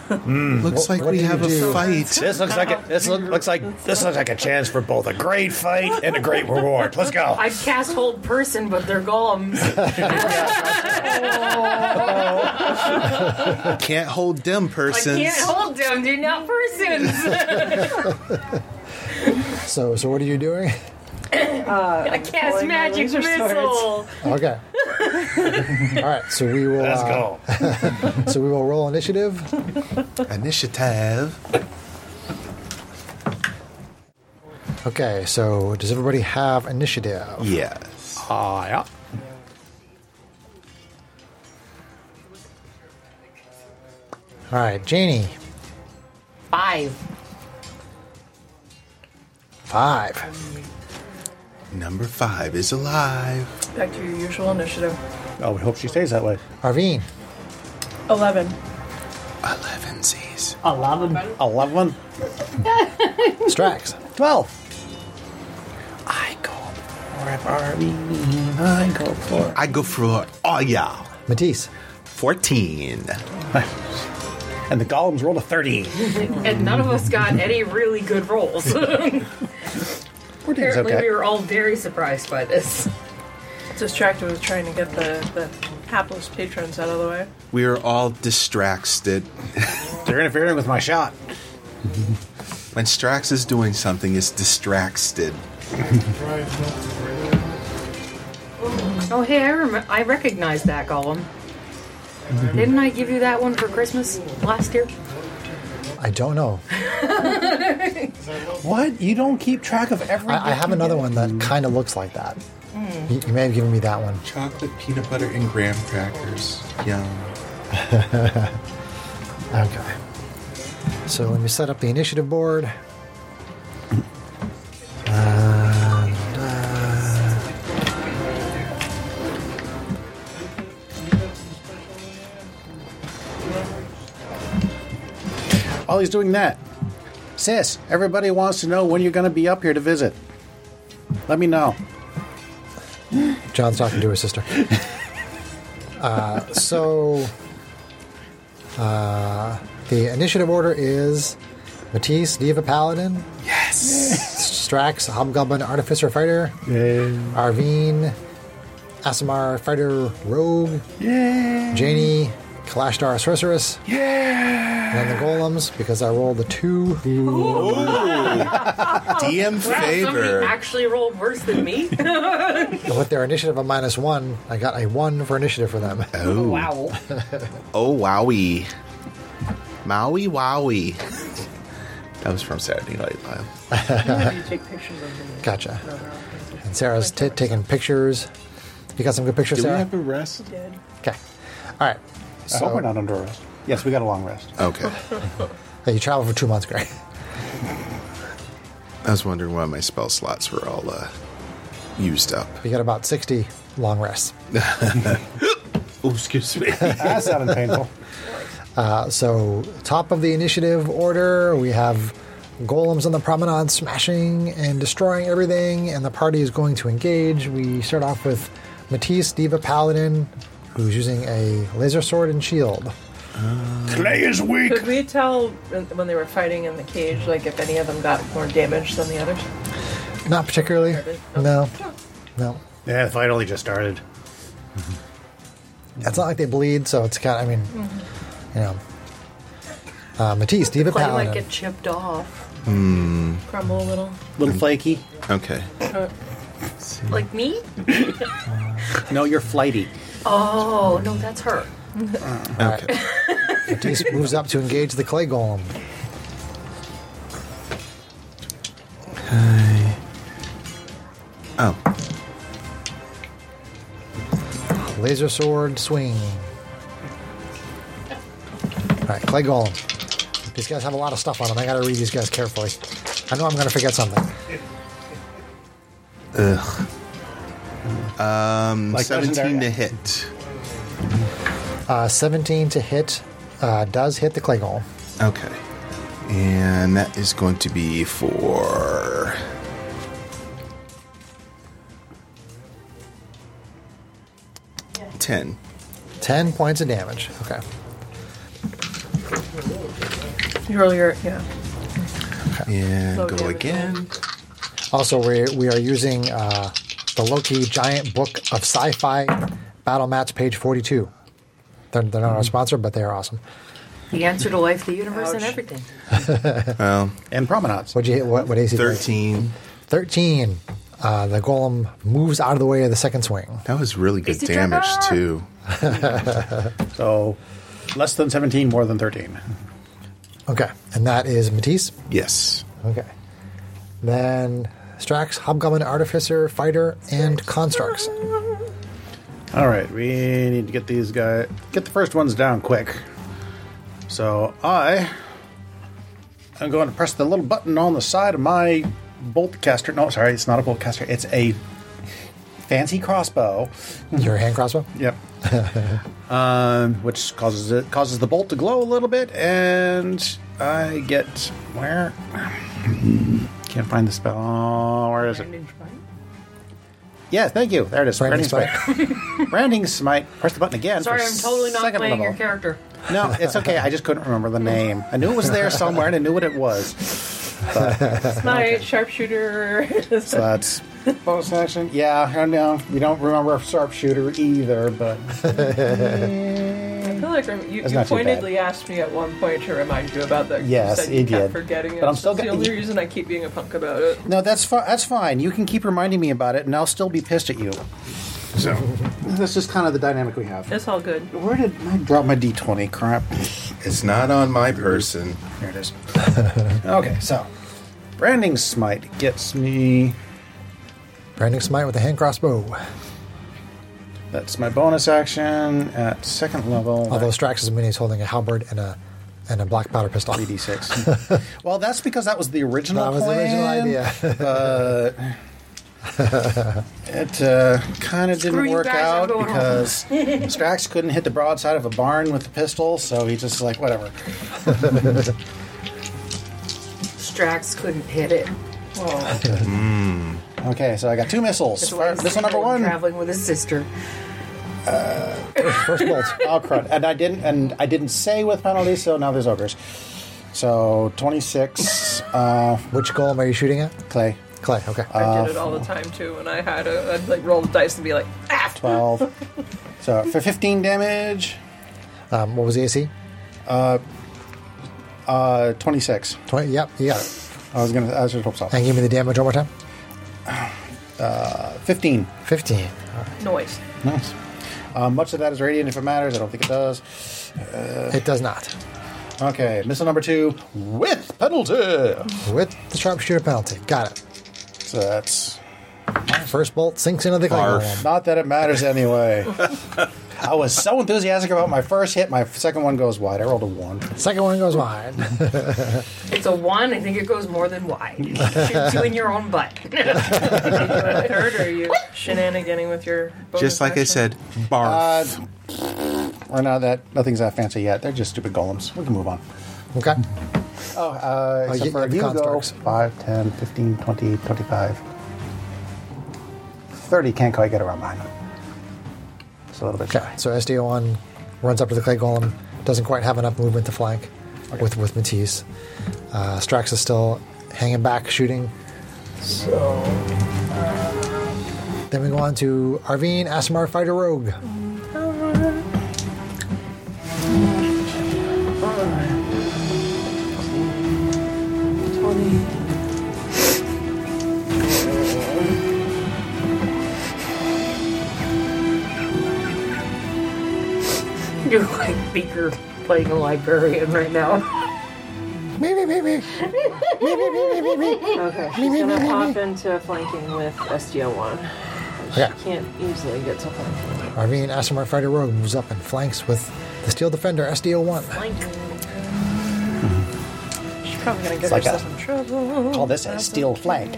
S5: Looks like
S1: what
S5: we
S1: do you
S5: have a
S1: do?
S5: fight.
S3: This looks like a, this look, looks like this looks like a chance for both a great fight and a great reward. Let's go.
S6: I'd cast hold person, but they're golems.
S5: Can't hold them
S6: I
S5: persons.
S6: can't hold them. They're not persons.
S1: So, so what are you doing?
S6: I cast
S4: Pulling my
S6: magic
S4: laser swords.
S6: missile.
S1: Okay. All right. So we will.
S3: Let's
S1: uh,
S3: go.
S1: So we will roll initiative.
S5: Initiative.
S1: Okay. So does everybody have initiative?
S5: Yes.
S3: Ah, yeah.
S1: All right, Janie.
S6: Five.
S1: Five.
S5: Number five is alive.
S4: Back to your usual initiative.
S3: Oh, we hope she stays that way.
S1: Arvine.
S4: 11.
S5: Eleven Z's.
S7: I love them.
S3: 11.
S1: Strax.
S3: 12. I go for Barbie. I go for
S5: I go for oh yeah,
S1: Matisse.
S5: fourteen.
S3: And the golems rolled a 13.
S6: And none of us got any really good rolls.
S3: We're doing
S6: Apparently,
S3: okay.
S6: we were all very surprised by this.
S4: Distracted with trying to get the, the hapless patrons out of the way.
S5: We are all distracted.
S3: They're interfering with my shot.
S5: When Strax is doing something, it's distracted.
S6: Oh, hey, I, rem- I recognize that golem. Didn't I give you that one for Christmas last year?
S1: I don't know.
S3: What? You don't keep track of every.
S1: I, I have another one that kind of looks like that. You, you may have given me that one.
S5: Chocolate peanut butter and graham crackers. Yum.
S1: Okay. So let me set up the initiative board. Uh,
S3: While Oh, he's doing that, sis, everybody wants to know when you're going to be up here to visit. Let me know.
S1: John's talking to his sister. Uh, so, uh, the initiative order is Matisse, Diva Paladin. Yes. Strax, Hobgoblin, Artificer Fighter. Arvine, Asimar Fighter Rogue. Janie, Kalashtar Sorceress. And then the Golems, because I rolled the two.
S5: DM favor.
S6: Somebody actually rolled worse than me?
S1: With their initiative of minus one, I got a one for initiative for them.
S6: wow.
S5: Oh wowie. Maui wowie. That was from Saturday Night Live.
S4: You take pictures of them.
S1: Gotcha. And Sarah's t- taking pictures. You got some good pictures, Sarah?
S5: a rest?
S1: Okay. All right.
S3: I hope we're not under arrest. Yes, we got a long rest.
S5: Okay.
S1: Hey, you travel for two months, Greg.
S5: I was wondering why my spell slots were all uh, used up.
S1: You got about 60 long rests.
S5: Oh, excuse me.
S3: That sounded painful.
S1: Uh, so, top of the initiative order, we have golems on the promenade smashing and destroying everything, and the party is going to engage. We start off with Matisse, Diva Paladin, who's using a laser sword and shield.
S3: Clay is weak.
S4: Could we tell when they were fighting in the cage, like if any of them got more damage than the others?
S1: Not particularly. No. No.
S3: Yeah, the fight only just started.
S1: It's not like they bleed, so it's kind of, I mean, you know. Uh, Matisse, Diva
S6: Clay might
S1: Paladin.
S6: get chipped off.
S4: Crumble a little.
S3: Little flaky.
S5: okay.
S6: Like me?
S3: No, you're flighty.
S6: Oh, no, that's her.
S5: Okay.
S1: Matisse moves up to engage the clay golem.
S5: Oh,
S1: Laser sword swing. All right, clay golem. These guys have a lot of stuff on them. I got to read these guys carefully. I know I'm going to forget something.
S3: Like
S5: 17 mm, to
S3: legendary-
S5: hit.
S1: Uh, 17 to hit uh, does hit the clay golem.
S5: Okay. And that is going to be for. Ten.
S1: 10 points of damage. Okay.
S4: You roll your yeah.
S5: And
S4: Low
S5: go
S4: damage.
S5: again.
S1: Also, we, we are using uh, the Loki Giant Book of Sci Fi Battle Match, page 42. They're, they're not our sponsor, but they are awesome.
S6: The answer to life, the universe, and
S4: Ouch.
S6: everything.
S3: And promenades.
S1: What'd you hit? What, what AC? did you hit?
S5: 13.
S1: 13. Uh, the golem moves out of the way of the second swing.
S5: That was really good
S6: Is it
S5: damage,
S6: Trevor?
S5: too.
S3: So less than 17, more than 13.
S1: Okay. And that is Matisse.
S5: Yes.
S1: Okay. Then Strax, Hobgoblin, Artificer, Fighter, and Constructs.
S3: All right, we need to get these guys, get the first ones down quick. So I am going to press the little button on the side of my
S8: bolt caster. No, sorry, it's not a bolt caster. It's a fancy crossbow.
S1: Your hand crossbow?
S8: Yep. um, which causes it causes the bolt to glow a little bit, and I get where Hmm, can't find the spell. Oh, where is it? Yeah, thank you. There it is.
S1: Branding
S8: Branding, smite. Branding smite. Press the button again.
S6: Sorry,
S8: for
S6: I'm totally not
S8: second
S6: playing your
S8: level.
S6: character.
S8: No, it's okay. I just couldn't remember the name. I knew it was there somewhere, and I knew what it was.
S4: It's my sharpshooter.
S8: So that's bonus action. Yeah, I know you don't remember sharpshooter either, but
S4: I feel like um, you, you
S8: That's not too bad.
S4: pointedly asked me at one point to remind you about that. 'cause
S8: Yes,
S4: you said you
S8: it
S4: kept
S8: did.
S4: forgetting it.
S8: But I'm still
S4: That's
S8: g-
S4: the only reason I keep being a punk about it.
S8: no, that's fi- that's fine. You can keep reminding me about it, and I'll still be pissed at you. So
S9: That's just kind of the dynamic we have.
S4: It's all good.
S8: where did I drop my d twenty? Crap,
S5: It's not on my person.
S8: here it is. okay, so branding smite gets me.
S1: Branding smite with a hand crossbow.
S8: That's my bonus action at second level.
S1: Although Strax is mini is holding a halberd and a and a black powder pistol.
S8: three d six. Well, that's because that was the original.
S1: That was the original
S8: plan,
S1: idea.
S8: but it uh, kind of didn't
S6: you
S8: work
S6: guys, I'm
S8: out
S6: going home.
S8: because Strax couldn't hit the broadside of a barn with the pistol, so he just like whatever.
S6: Strax couldn't hit it.
S4: Whoa.
S8: Okay, so I got two missiles.
S6: That's why
S8: Fire-
S6: he's
S8: Missile number
S6: single and
S8: one.
S6: Traveling with his sister.
S1: First bolt.
S8: Oh crud! And I didn't. And I didn't say with penalties, so now there's ogres. So twenty six. Uh,
S1: Which golem are you shooting at?
S8: clay.
S1: Clay, okay.
S4: I did it
S8: Uh,
S4: all the time too when I had a, I'd like roll the dice and be like, ah,
S8: 12. so for 15 damage,
S1: Um, what was the AC?
S8: uh, 26.
S1: 20? Yep, you got it.
S8: I was gonna, I was just hope so.
S1: And give me the damage one more time.
S8: 15.
S1: 15.
S4: noise.
S8: Nice. Uh, much of that is radiant if it matters. I don't think it does.
S1: It does not.
S8: Okay, missile number two with penalty.
S1: With the sharpshooter penalty. Got it.
S8: So that's
S1: First bolt sinks into the clay
S5: Barf.
S1: golem.
S8: not that it matters anyway. I was so enthusiastic about my first hit. My second one goes wide. I rolled a one.
S1: Second one goes wide.
S6: It's a one. I think it goes more than wide. Shoots you in your own butt.
S4: Are you at a third or are you shenaniganing with your bonus
S5: Just like I
S4: action? Uh,
S5: said, barf.
S8: Uh, We're not that. Nothing's that fancy yet. They're just stupid golems. We can move on.
S1: Okay.
S8: Oh, uh, except
S1: you-
S8: for
S1: you
S8: you
S1: have
S8: go
S1: constructs.
S8: 5, 10, 15, 20, 25. 30 can't quite get around behind them. It's a little bit
S1: Okay.
S8: shy.
S1: So SDO1 runs up to the clay golem. Doesn't quite have enough movement to flank with, with Matisse. Uh, Strax is still hanging back, shooting. So. Then we go on to Arvine, Asimar, Fighter Rogue.
S6: You're like Beaker playing a librarian right now.
S1: Me, me, me, me. me, me, me, me, me, me.
S4: Okay, she's gonna pop into flanking with SDO one.
S1: Okay.
S4: Can't easily get to flanking.
S1: Arvine, Asimar, Fighter Rogue moves up and flanks with the Steel Defender, SDO1.
S6: Like,
S4: She's probably gonna get
S8: like
S4: herself
S8: a-
S4: in trouble.
S8: Call this a steel flank.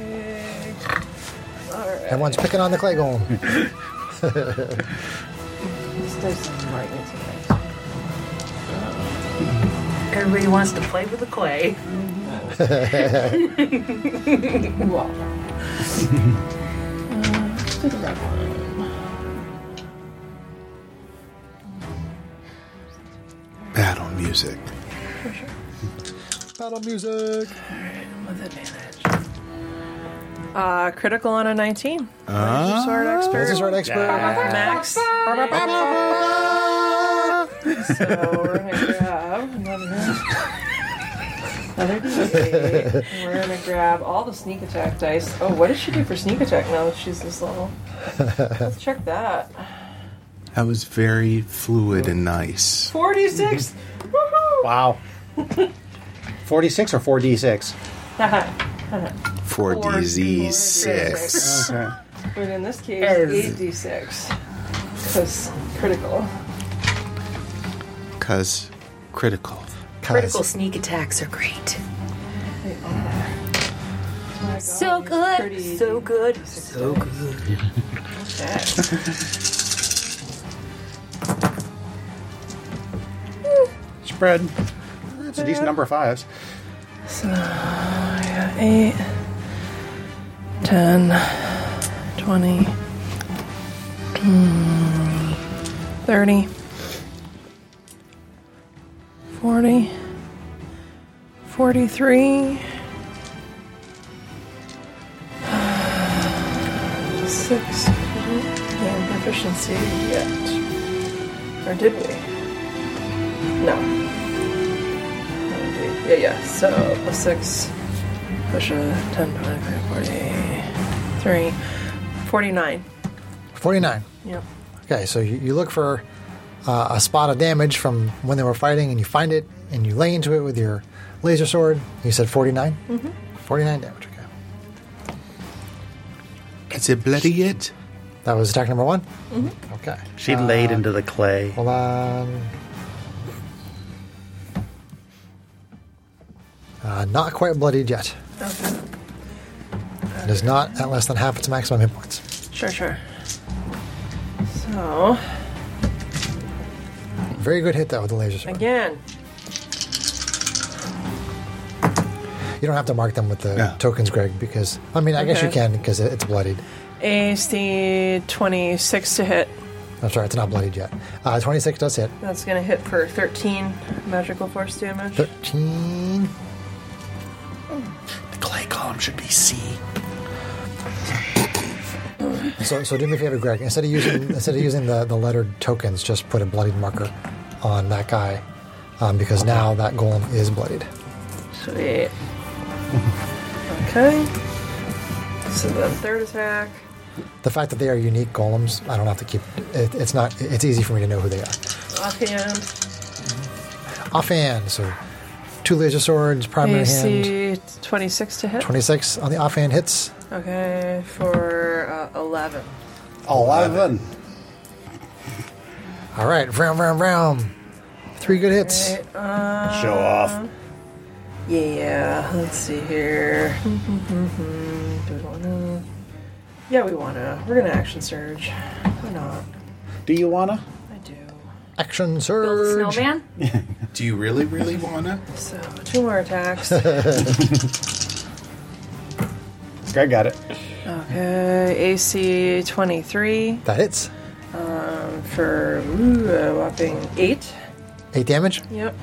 S1: Everyone's picking on the clay golem.
S4: This does seem right into things.
S6: everybody wants to play with the clay.
S4: Well. Uh, let's do the red one.
S5: Battle music.
S1: Battle music.
S4: With advantage. Uh, critical on a 19. Laser sword expert.
S1: This is our expert.
S4: Max. so we're gonna grab another. Another D8. We're gonna grab all the sneak attack dice. Oh, what does she do for sneak attack now that she's this level? Let's check that.
S5: That was very fluid and nice.
S4: 46! Woohoo!
S8: Wow. 46 or 4d6?
S5: For
S4: Four
S5: DZ6.
S8: Okay.
S4: But in this case, 8d6. Because critical.
S5: Because critical.
S1: Cause
S6: sneak attacks are great.
S4: They are. So I
S6: So good.
S4: Pretty
S6: So good.
S4: Okay.
S3: Spread. It's a decent number of fives.
S4: Eight, 10, 20, mm, 30, 40, 43, 6. And proficiency yet. Or did we? No. Yeah, yeah, so a 6. Push a 10, 20, 40, 49.
S1: 49.
S4: Yep.
S1: Okay, so you, you look for uh, a spot of damage from when they were fighting, and you find it, and you lay into it with your laser sword. You said 49? Mm-hmm. 49 damage, okay.
S5: Is it bloody it?
S1: That was attack number one? Mm-hmm. Okay.
S10: She
S3: Uh,
S10: laid into the clay.
S3: oh.
S1: Hold on. Uh, not quite bloodied yet. It is not at less than half its maximum hit points.
S4: Sure, sure. So,
S1: Very good hit, though, with the laser sword.
S4: again,
S1: You don't have to mark them with the
S5: Yeah.
S1: tokens, Greg, because, I mean, I guess you
S4: Okay.
S1: can because it, it's bloodied.
S4: AC 26 to hit.
S1: I'm sorry, it's not bloodied yet. Uh, 26 does hit.
S4: That's going to hit for 13 magical force damage.
S1: 13.
S10: The clay column should be C.
S1: So, so do me a favor, Greg. Instead of using instead of using the, the lettered tokens, just put a bloodied marker on that guy, um, because now that golem is bloodied.
S4: Sweet. okay. So then third attack.
S1: The fact that they are unique golems, I don't have to keep. It, it's not. It's easy for me to know who they are.
S4: Offhand.
S1: Offhand, so two laser swords, primary hand,
S4: AC 26 to hit.
S1: twenty six on the offhand hits.
S4: Okay, for uh, 11.
S8: 11.
S1: All right, round, round, round. Three good hits.
S4: Right, uh,
S3: Show off.
S4: Yeah, let's see here. Do we wanna? Yeah, we wanna. We're gonna action surge. Why not?
S3: Do you wanna?
S4: I do.
S1: Action
S6: Build
S1: surge.
S6: snowman.
S5: Do you really, really wanna?
S4: So two more attacks. Uh,
S3: Greg got it.
S4: okay, AC twenty three
S1: That hits.
S4: for ooh, a whopping eight.
S1: Eight damage.
S4: Yep.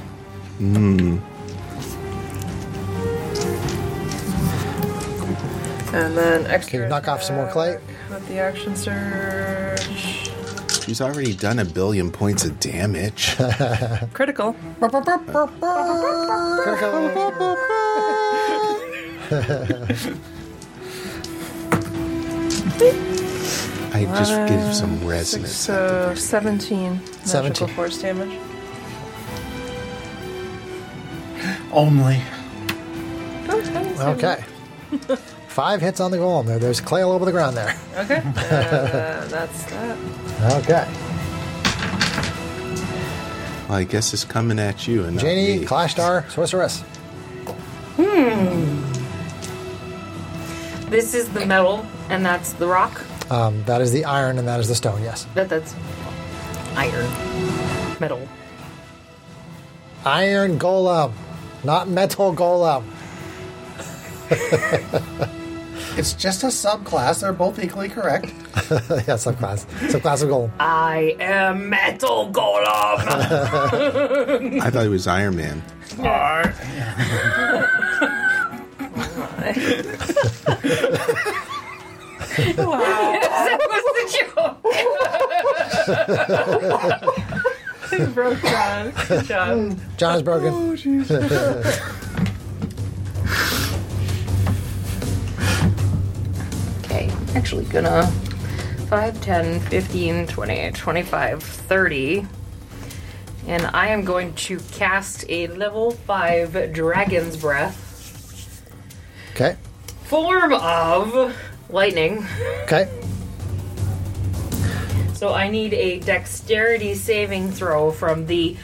S4: And then extra.
S1: Okay, knock off some more clay.
S4: attack With the action surge.
S5: She's already done a billion points of damage.
S4: Critical.
S5: I just give some resonance.
S4: So 17 magical
S1: 17.
S4: force damage.
S3: Only.
S1: Okay. Five hits on the golem there. There's clay all over the ground there.
S4: Okay. Uh, that's that.
S1: Okay.
S5: Well, I guess it's coming at you and not
S1: Janie,
S5: me.
S1: Clash Star, Sorceress.
S6: This is the metal, and that's the rock.
S1: Um, that is the iron and that is the stone, yes.
S6: That that's iron. Metal.
S1: Iron golem, not metal golem.
S3: It's just a subclass. They're both equally correct.
S1: yeah, subclass. Subclass of golem.
S6: I am metal golem.
S5: I thought it was Iron Man.
S6: that was the joke.
S4: Broke John. Good job.
S1: John is broken.
S6: Okay, actually gonna 5, 10, 15, 20, 25, 30. And I am going to cast a level 5 Dragon's Breath.
S1: Okay.
S6: Form of lightning.
S1: Okay.
S6: So I need a dexterity saving throw from the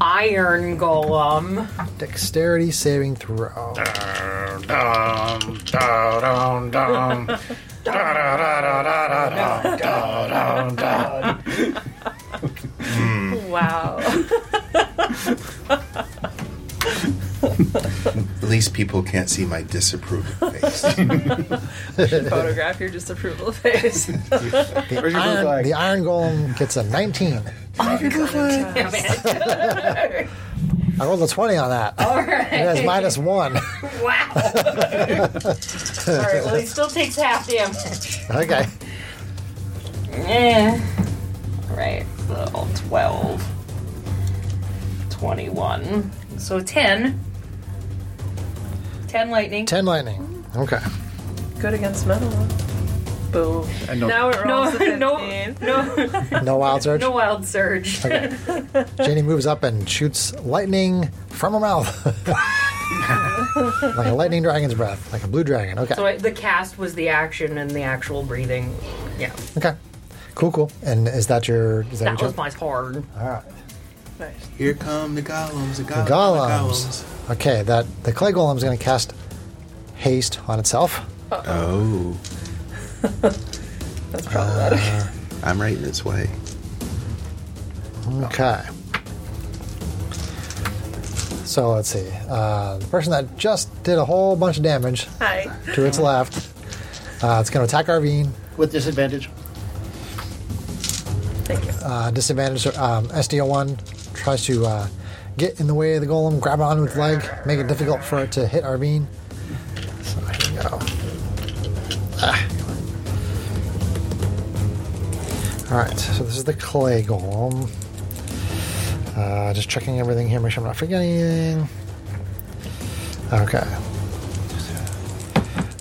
S6: Iron Golem.
S1: Dexterity saving throw.
S3: Dum, da, dum, dum. Da, da, da, da, da, da, dum, da, dum, da.
S4: Wow.
S5: At least people can't see my disapproving face.
S4: Photograph your disapproval face.
S3: Where's your blue
S1: Iron-
S3: flag?
S1: the Iron Golem gets a 19.
S6: Damn it.
S1: I rolled a 20 on that.
S6: All
S1: It has
S6: right.
S1: minus one.
S6: Wow. All right. Well, he still takes half damage.
S1: Okay.
S6: Eh. All right. So 12. 21. So 10. 10 lightning.
S1: 10 lightning. Okay.
S4: Good against metal. Boom.
S10: And no-
S4: now it
S6: No,
S4: rolls to
S6: no,
S4: 15.
S6: no,
S1: No wild surge.
S6: no wild surge.
S1: Janie moves up and shoots lightning from her mouth. like a lightning dragon's breath, like a blue dragon. Okay.
S6: So I, the cast was the action and the actual breathing. Yeah,
S1: Okay. Cool, cool. And is that your is that,
S6: that
S1: your
S6: was my card.
S4: Nice.
S5: Here come the golems, the golems,
S1: golems. Okay, that the clay golem's gonna cast haste on itself.
S5: Oh, Uh,
S4: That's problematic.
S5: I'm right in its way.
S1: Okay. So let's see. Uh, the person that just did a whole bunch of damage
S4: Hi.
S1: to its left. Uh, it's going to attack Arvine.
S8: With disadvantage.
S4: Thank you.
S1: Uh, disadvantage. Um, SDO one tries to uh, get in the way of the golem, grab on with leg, make it difficult for it to hit Arvine. So here we go. Ah. All right. So this is the clay golem. Uh, just checking everything here, make sure I'm not forgetting anything. Okay.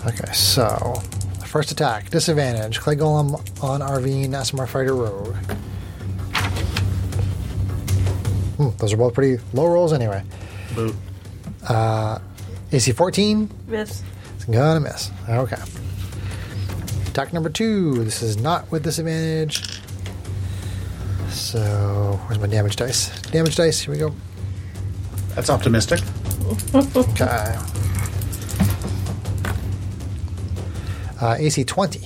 S1: Okay, so first attack, disadvantage. Clay Golem on Arvine, SMR Fighter Rogue. Hmm, those are both pretty low rolls anyway. Uh,
S10: Boot.
S1: AC 14,
S4: Miss.
S1: it's gonna miss. Okay. Attack number two. This is not with disadvantage. So, where's my damage dice? Damage dice, here we go.
S10: That's optimistic.
S1: Okay. Uh, AC 20.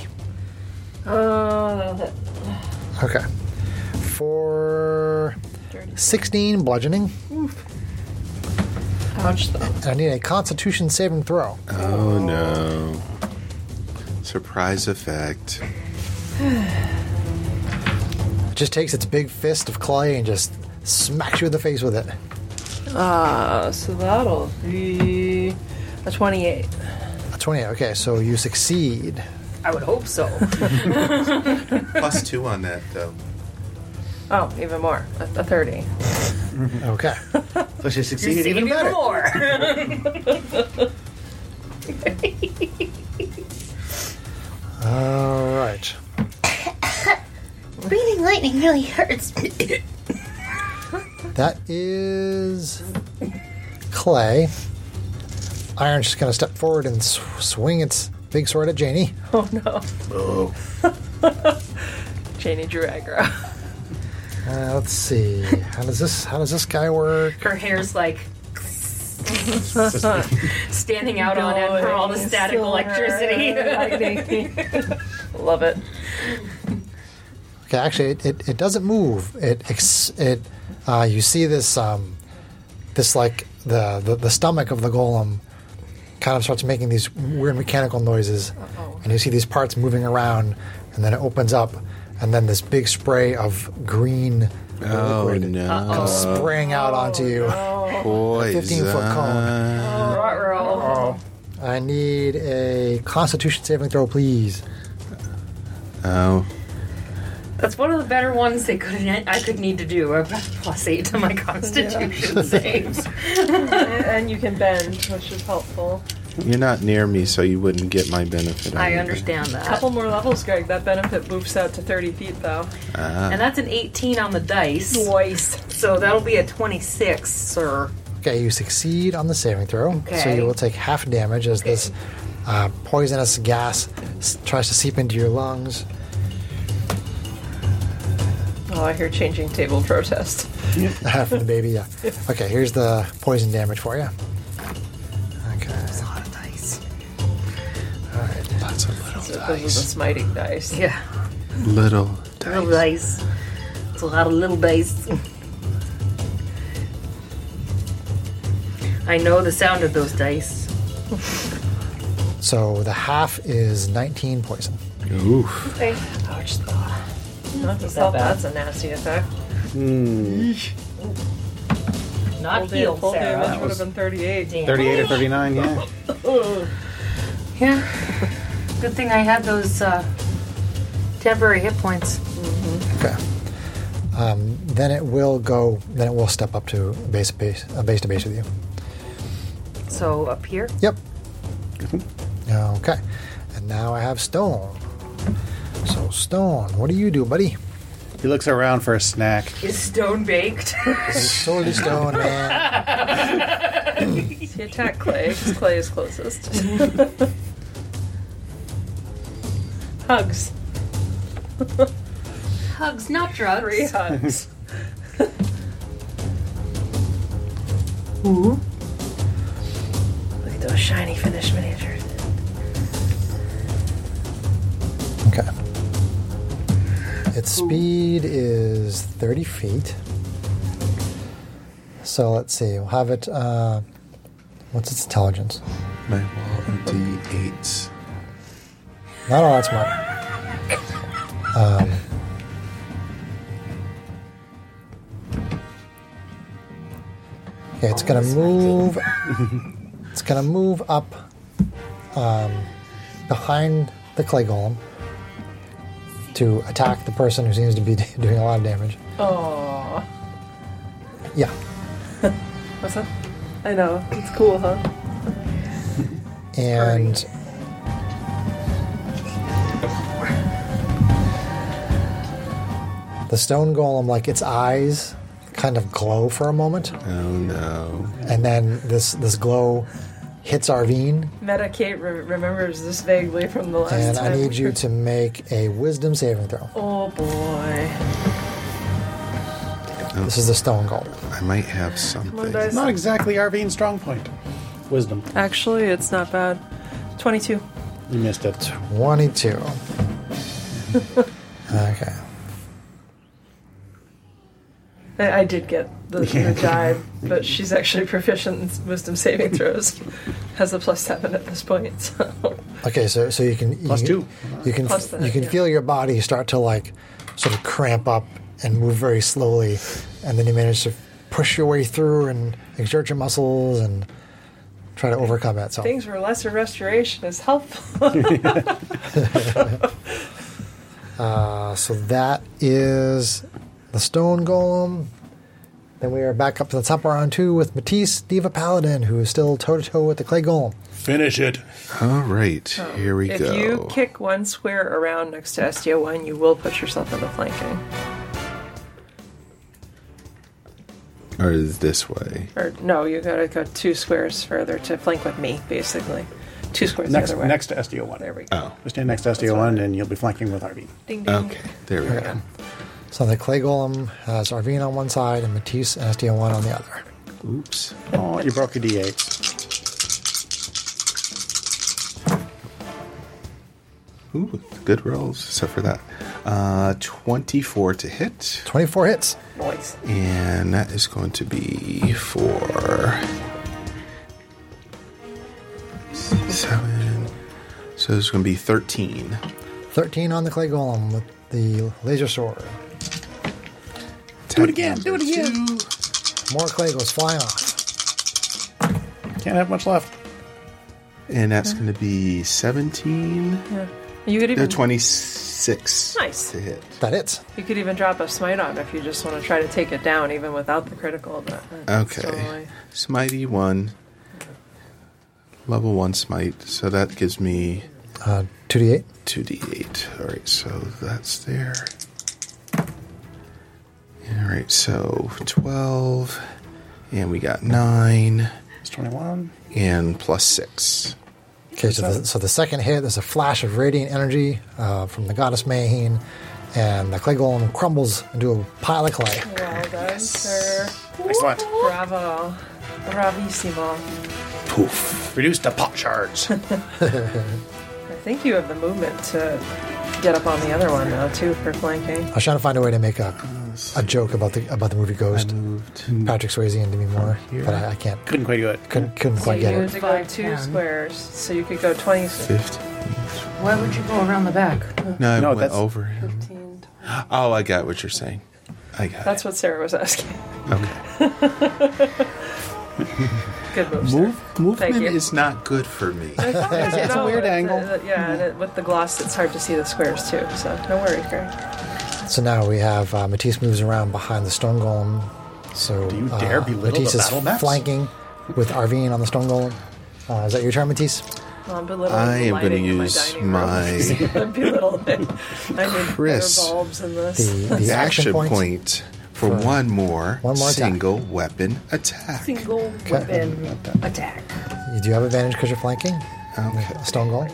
S4: Oh, that was it.
S1: Okay. For 16 bludgeoning,
S4: Ouch, though.
S1: and I need a Constitution saving throw.
S5: Oh no! Surprise effect.
S1: It just takes its big fist of clay and just smacks you in the face with it.
S4: Uh, so that'll be a 28.
S1: A 28. Okay, so you succeed.
S6: I would hope so.
S5: Plus two on that though.
S4: Oh, even more. A, a 30.
S1: Okay.
S10: So she
S6: You're
S10: succeeded
S6: saving
S10: even better.
S6: more.
S1: All right.
S11: Breathing lightning really hurts.
S1: That is clay. Iron's just going to step forward and sw- swing its big sword at Janie.
S4: Oh, no. Janie drew aggro.
S1: Uh, let's see. How does this? How does this guy work?
S6: Her hair's like standing out on end from all the static electricity.
S4: Love it.
S1: Okay, actually, it, it, it doesn't move. It ex- it uh, you see this um, this like the, the the stomach of the golem kind of starts making these weird mechanical noises, and you see these parts moving around, and then it opens up, and then this big spray of green
S5: Oh
S1: liquid
S4: Uh,
S5: no!
S1: comes spraying out onto you.
S5: Poison.
S1: 15-foot cone.
S6: Ruh-roh.
S1: I need a Constitution saving throw, please.
S5: Oh,
S6: That's one of the better ones they could I could need to do. I've got plus eight to my constitution saves.
S4: And you can bend, which is helpful.
S5: you're not near me, so you wouldn't get my benefit.
S6: I
S5: either.
S6: understand that.
S4: couple more levels, Greg. That benefit boosts out to 30 feet, though.
S6: And that's an 18 on the dice.
S4: Voice.
S6: Uh, So that'll be a 26, sir.
S1: Okay, you succeed on the saving throw, so
S6: Okay.
S1: you will take half damage as this uh, poisonous gas s- tries to seep into your lungs.
S4: Oh, I hear changing table protest.
S1: uh, From the baby, yeah. Okay, here's the poison damage for you. Okay.
S6: It's a lot of dice.
S1: All right.
S10: That's a little
S4: So Those are the smiting dice.
S6: Yeah.
S10: Little
S6: Little dice. It's a lot of little dice. I know the sound of those dice.
S1: So the half is 19 poison.
S10: Oof.
S4: Okay. Ouch. Not that bad. That's a nasty effect.
S6: Hmm. Not
S4: Full, da-
S6: healed,
S4: full
S6: Sarah.
S4: damage would have been 38.
S6: Damn.
S8: 38 or 39, yeah.
S6: Yeah. Good thing I had those uh, temporary hit points.
S1: Okay. Um, then it will go. Then it will step up to base base uh, base to base with you.
S6: So up here.
S1: Yep.
S10: Mm-hmm.
S1: Okay. And now I have stone. So stone, what do you do, buddy?
S8: He looks around for a snack.
S6: Is stone baked?
S1: Solely stone, man.
S4: He attacked Clay. 'cause Clay is closest. hugs.
S7: Hugs, not drugs.
S4: Three hugs. Look at those shiny finished miniatures.
S1: Okay. Its speed is 30 feet. So let's see. We'll have it. Uh, what's its intelligence?
S5: My wall of D8s.
S1: Not all Um, that smart. Um, okay, it's gonna move. it's gonna move up um, behind the clay golem to attack the person who seems to be doing a lot of damage.
S4: Oh,
S1: Yeah,
S4: what's that? I know. It's cool, huh?
S1: and the stone golem, like its eyes, kind of glow for a moment.
S5: Oh no.
S1: and then this this glow hits Arvine,
S4: Meta Kate re- remembers this vaguely from the last
S1: and
S4: time.
S1: I need you to make a Wisdom saving throw.
S4: Oh boy.
S1: This is the stone golem.
S5: I might have
S4: One
S5: something.
S4: dice.
S8: Not exactly Arvine's strong point. Wisdom.
S4: Actually, it's not bad. 22.
S8: You missed it.
S1: Twenty-two. okay.
S4: I, I did get the, the jibe, but she's actually proficient in wisdom saving throws. Has a plus seven at this point. So.
S1: Okay, so so you can
S8: Plus
S1: you,
S8: two.
S1: You can
S4: Plus that,
S1: you can
S4: yeah.
S1: feel your body start to like sort of cramp up and move very slowly, and then you manage to push your way through and exert your muscles and try to overcome it. So
S4: Things where lesser restoration is helpful.
S1: Uh, so that is the stone golem. Then we are back up to the top of round two with Matisse Diva Paladin, who is still toe to toe with the clay golem.
S3: Finish it.
S5: All right, here we
S4: Oh, if
S5: go.
S4: you kick one square around next to SDO1, you will put yourself into flanking.
S5: or is this way?
S4: Or no, you gotta go two squares further to flank with me, basically. Two squares
S8: Next,
S4: the other way.
S8: next to SDO1.
S4: There we go.
S5: Oh,
S8: Just stand next to SDO1 and you'll be flanking with Arvine.
S4: Ding ding.
S5: okay. There we go.
S1: So the clay golem has Arvine on one side and Matisse and SDO1 on the other.
S5: Oops.
S8: Oh, you broke a D8.
S5: Ooh, good rolls, except for that. Uh, 24 to hit.
S1: 24 hits.
S4: Noise.
S5: And that is going to be for seven. So it's going to be 13.
S1: 13 on the clay golem with the laser sword.
S5: Do it again. Do it again.
S1: More clay goes flying off.
S8: Can't have much left.
S5: And that's going to be 17.
S4: You could
S5: No,
S4: even
S5: 26.
S4: Nice.
S5: To hit.
S1: That hits.
S4: you could even drop a smite on if you just want to try to take it down, even without the critical. But that's
S5: Okay.
S4: totally-
S5: Smitey 1. Level 1 smite. So that gives me
S1: Uh, 2d8.
S5: 2d8. All right, so that's there. All right, so 12, and we got 9,
S8: It's 21.
S5: and plus 6.
S1: Okay, so the, so the second hit, there's a flash of radiant energy uh, from the goddess Mahine and the clay golem crumbles into a pile of clay.
S4: Well done, sir.
S3: Excellent.
S4: Bravo. Bravissimo.
S3: Poof. Reduce the pop shards.
S4: I think you have the movement to get up on the other one, though, too, for flanking.
S1: I was trying to find a way to make a, a joke about the about the movie Ghost. Patrick Swayze and Demi Moore, but I, I can't
S8: Couldn't quite do it.
S1: couldn't, couldn't
S4: So
S1: quite
S4: you
S1: get
S4: need
S1: it.
S4: to go two squares, so you could go 20,
S5: 15.
S6: Why would you go around the back?
S5: No, it
S8: No,
S5: went
S8: that's-
S5: over him.
S4: 15.
S5: Oh, I got what you're saying. I got
S4: That's what Sarah was asking.
S5: it. Okay.
S4: Good move, Sarah.
S5: Move, movement
S4: you.
S5: is not good for me.
S4: it's a
S8: weird angle.
S4: yeah, and it, with the gloss, it's hard to see the squares too. So no worries, Greg.
S1: So now we have uh, Matisse moves around behind the stone golem. So
S8: you
S1: uh,
S8: dare belittle the
S1: Matisse is
S8: battle maps?
S1: flanking with Arvine on the stone golem. Uh, is that your turn, Matisse?
S4: Well, I'm belittling
S5: I
S4: Um, the
S5: am going to
S4: lighting in
S5: use
S4: dining room.
S5: my
S4: I'm belittling it. I need
S5: Chris.
S4: better bulbs in
S1: The,
S4: this.
S1: the
S5: action
S1: point.
S5: point for one more,
S1: One more attack.
S5: single weapon attack.
S6: Single weapon attack.
S1: You do have advantage because you're flanking.
S5: Okay.
S1: Stone golem.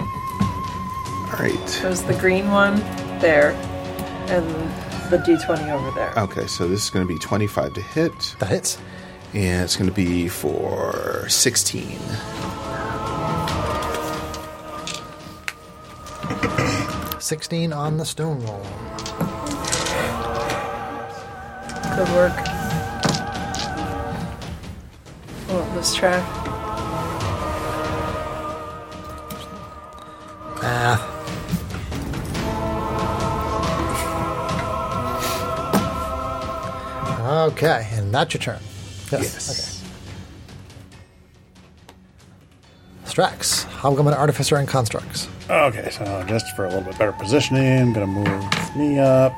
S5: All right.
S4: There's the green one there, and the D20 over there.
S5: Okay, so this is going to be 25 to hit,
S1: That hits.
S5: and it's going to be for 16.
S1: Sixteen on the stone golem.
S4: Good work. Oh, this track.
S1: Ah, okay, and that's your turn.
S5: Yes.
S1: Strax, Hobgoblin Artificer and Constructs.
S8: Okay, so just for a little bit better positioning, I'm gonna move me up.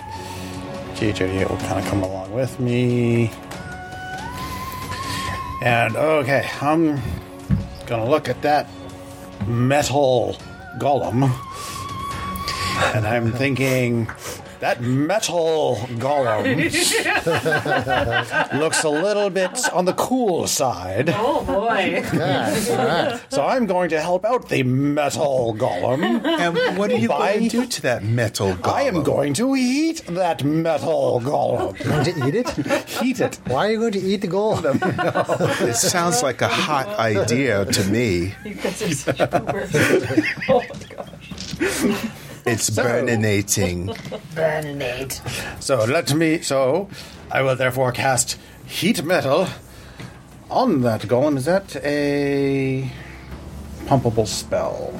S8: GH88 will kind of come along with me. And okay, I'm gonna look at that metal golem. And I'm thinking, that metal golem looks a little bit on the cool side.
S6: Oh boy.
S1: Yes, all right.
S8: So I'm going to help out the metal golem.
S5: And what are you
S8: Bye.
S5: going to do to that metal golem?
S8: I am going to eat that metal golem.
S1: Going to eat it?
S8: Heat it.
S1: Why are you going to eat the golem?
S5: It sounds like a hot idea to me.
S4: You guys are such poopers. oh my gosh.
S5: It's burninating.
S6: Burninate.
S8: So let me. So I will therefore cast heat metal on that golem. Is that a pumpable spell?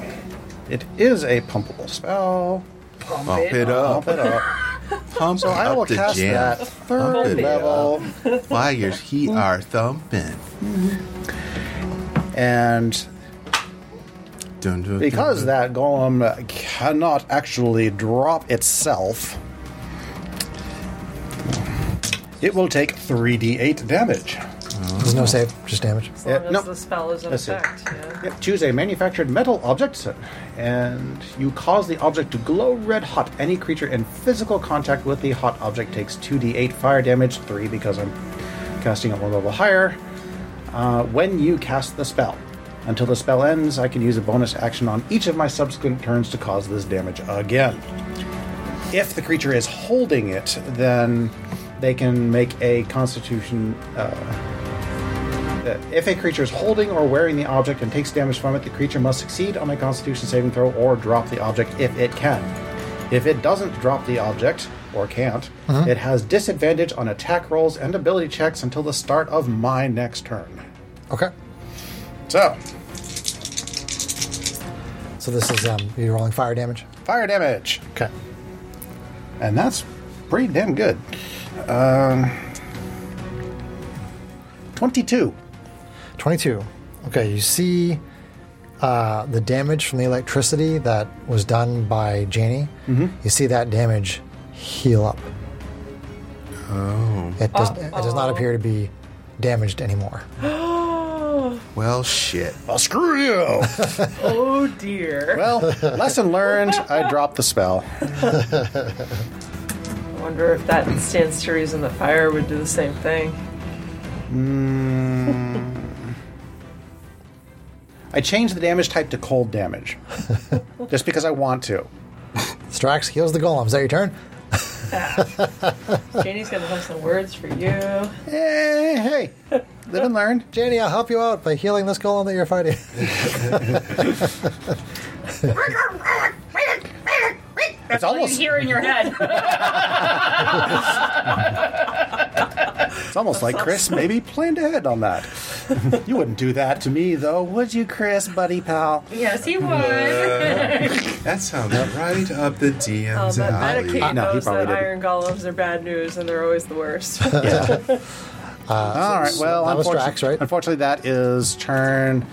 S8: It is a pumpable spell.
S5: Pump it up.
S8: Pump it up.
S5: Pump
S8: So I
S5: up
S8: will
S5: the
S8: cast
S5: jam.
S8: that
S5: Pump
S8: third
S5: it up.
S8: level,
S5: Fires he are thumping.
S8: and
S5: Dun, dun, dun,
S8: because
S5: dun.
S8: that golem cannot actually drop itself, it will take 3d8 damage.
S1: There's no save, just damage.
S4: As
S8: Yeah,
S4: long as
S8: no.
S4: the spell is in
S8: That's it.
S4: effect. Yeah.
S8: Yep, choose a manufactured metal object, and you cause the object to glow red hot. Any creature in physical contact with the hot object takes 2d8 fire damage, 3 because I'm casting at one level higher, uh, when you cast the spell. Until the spell ends, I can use a bonus action on each of my subsequent turns to cause this damage again. If the creature is holding it, then they can make a constitution if a creature is holding or wearing the object and takes damage from it, the creature must succeed on a constitution saving throw or drop the object if it can. If it doesn't drop the object, or can't, it has disadvantage on attack rolls and ability checks until the start of my next turn.
S1: Okay.
S8: So,
S1: So this is um, you're rolling fire damage.
S8: fire damage.
S1: Okay.
S8: And that's pretty damn good. Um, 22.
S1: Twenty-two. Okay, you see uh, the damage from the electricity that was done by Janie. You see that damage heal up. Oh. It does. It does not appear to be damaged anymore.
S5: Well, shit.
S8: Well, screw you!
S4: Oh dear.
S8: well, lesson learned. I dropped the spell.
S4: I wonder if that stands to reason that fire would do the same thing.
S8: I changed the damage type to cold damage, just because I want to.
S1: Strax heals the golem. Is that your turn?
S4: Janie's gonna have some words for you.
S8: Hey, hey, live and learn.
S1: Janie, I'll help you out by healing this golem that you're fighting.
S8: It's almost
S7: Here in your head.
S8: It's almost like Chris maybe planned ahead on that. you wouldn't do that to me, though, would you, Chris, buddy pal?
S7: yes, he would.
S5: That sounds right up
S8: Oh,
S5: the
S4: Um,
S5: DM's
S4: but
S5: alley.
S4: Medicaid
S8: No, he
S4: knows
S8: probably
S4: that
S8: didn't.
S4: iron golems are bad news and they're always the worst.
S8: All right, well,
S1: that was
S8: unfortunately,
S1: Drax, right?
S8: unfortunately, that is turn.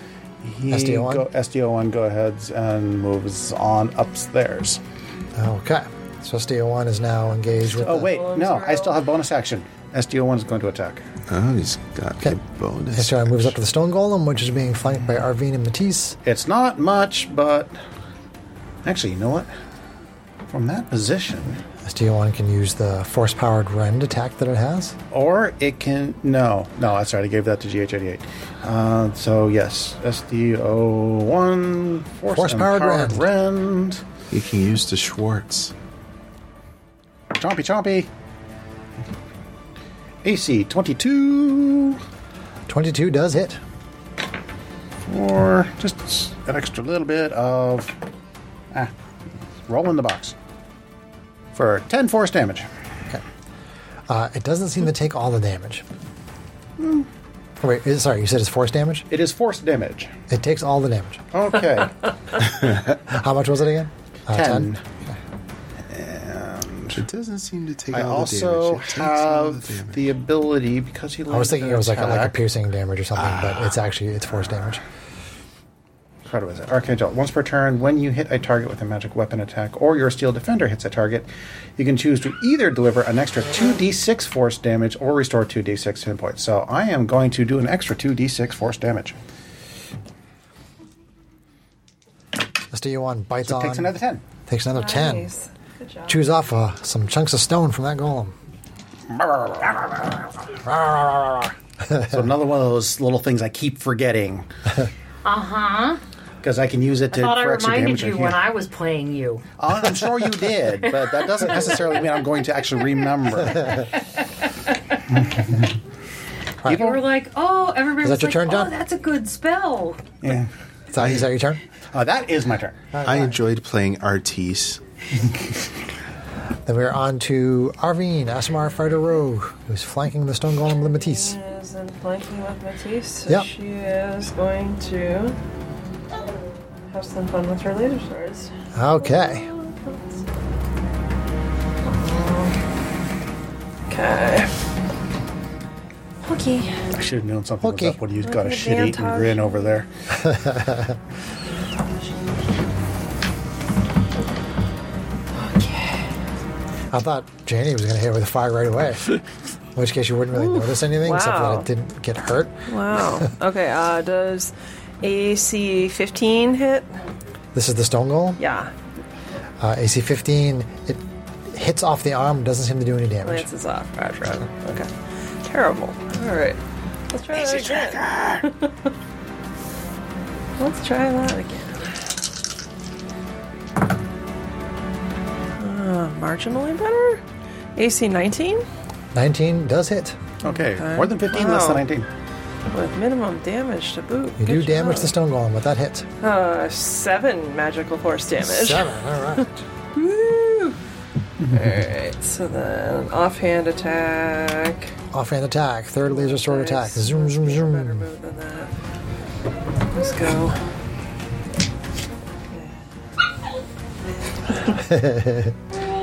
S8: He
S1: SDO1?
S8: Go, SDO1 go aheads and moves on upstairs.
S1: okay. So Steel1 is now engaged with.
S8: Oh,
S1: the-
S8: wait, no,
S4: are
S8: I still
S4: all-
S8: have bonus action. SDO1 is going to attack.
S5: Oh, he's got a bonus.
S1: So it moves up to the stone golem, which is being flanked by Arvine and Matisse.
S8: It's not much, but. Actually, you know what? From that position,
S1: Steel1 can use the force powered rend attack that it has.
S8: Or it can no, no. That's right. I gave that to GH88. Uh, so yes, SDO1 force,
S1: Force
S8: empowered
S1: powered
S8: rend.
S5: You can use the Schwartz.
S8: Chompy chompy. AC 22
S1: 22 does hit.
S8: for just an extra little bit of ah, roll in the box for 10 force damage.
S1: Uh, it doesn't seem to take all the damage. Oh, wait, is- sorry, you said it's force damage?
S8: Hmm. It is force damage.
S1: It takes all the damage.
S8: Okay,
S1: How much was it again? Uh,
S8: 10.
S5: It doesn't seem to take
S8: I
S5: all the
S8: also
S5: damage. It takes all
S8: have
S5: the
S8: the,
S5: damage.
S8: ability because he.
S1: I was
S8: learned
S1: thinking
S8: to
S1: it was like a, like a
S8: attack.
S1: piercing damage or something, but it's actually it's force damage.
S8: How do I say? Archangel. Once per turn, when you hit a target with a magic weapon attack or your steel defender hits a target, you can choose to either deliver an extra 2d6 force damage or restore 2d6 hit points. So I am going to do an extra 2d6 force damage.
S1: SDU1 bites on.
S8: Takes another 10.
S1: Takes another 10.
S4: Nice. Good job.
S1: Chews off uh, some chunks of stone from that golem.
S8: So another one of those little things I keep forgetting. Uh huh. Because I can use it to
S6: Uh-huh. Thought I
S8: for extra
S6: reminded
S8: damage.
S6: you
S8: and
S6: when
S8: heal.
S6: I was playing you.
S8: Uh, I'm sure you did, but that doesn't necessarily mean I'm going to actually remember.
S6: You were like, "Oh, everybody
S1: Is that
S6: was
S1: your
S6: like,
S1: turn,
S6: oh,
S1: John?
S6: that's a good spell."
S8: Yeah.
S1: Is that, is that your turn?
S8: Uh, that is my turn.
S5: I enjoyed playing Artis.
S1: Then we're on to Arvine, Asmar Fighter Rogue, who's flanking the stone golem with Matisse.
S4: Is in flanking with Matisse, so
S1: Yep.
S4: she is going to have some fun with her laser swords.
S1: Okay.
S4: Okay. Okay.
S8: I should have known something
S1: Okay.
S8: was up when you got a
S4: Look at
S8: shit eating
S4: Vantage.
S8: grin over there.
S1: I thought Janie was going to hit with a fire right away. In which case, you wouldn't really notice anything except that
S4: wow.
S1: it didn't get hurt.
S4: Wow. okay, uh, does AC 15 hit?
S1: This is the stone golem.
S4: Yeah,
S1: Uh, AC 15, it hits off the arm, doesn't seem to do any damage.
S4: lances off. Roger. Okay. Terrible. All right. Let's try that again. Let's try that again. Uh, marginally better? AC 19?
S1: 19 does hit.
S8: Okay, more than 15, less than
S4: Wow.
S8: 19.
S4: With minimum damage to boot.
S1: You
S4: Good
S1: do damage
S4: job.
S1: the stone golem with that hit.
S4: Uh, seven magical force damage.
S1: Seven, all right.
S4: Woo! Alright, so then offhand attack.
S1: Offhand attack, third laser sword attack.
S4: Nice.
S1: Zoom, zoom,
S4: Better
S1: zoom.
S4: move than that. Let's go.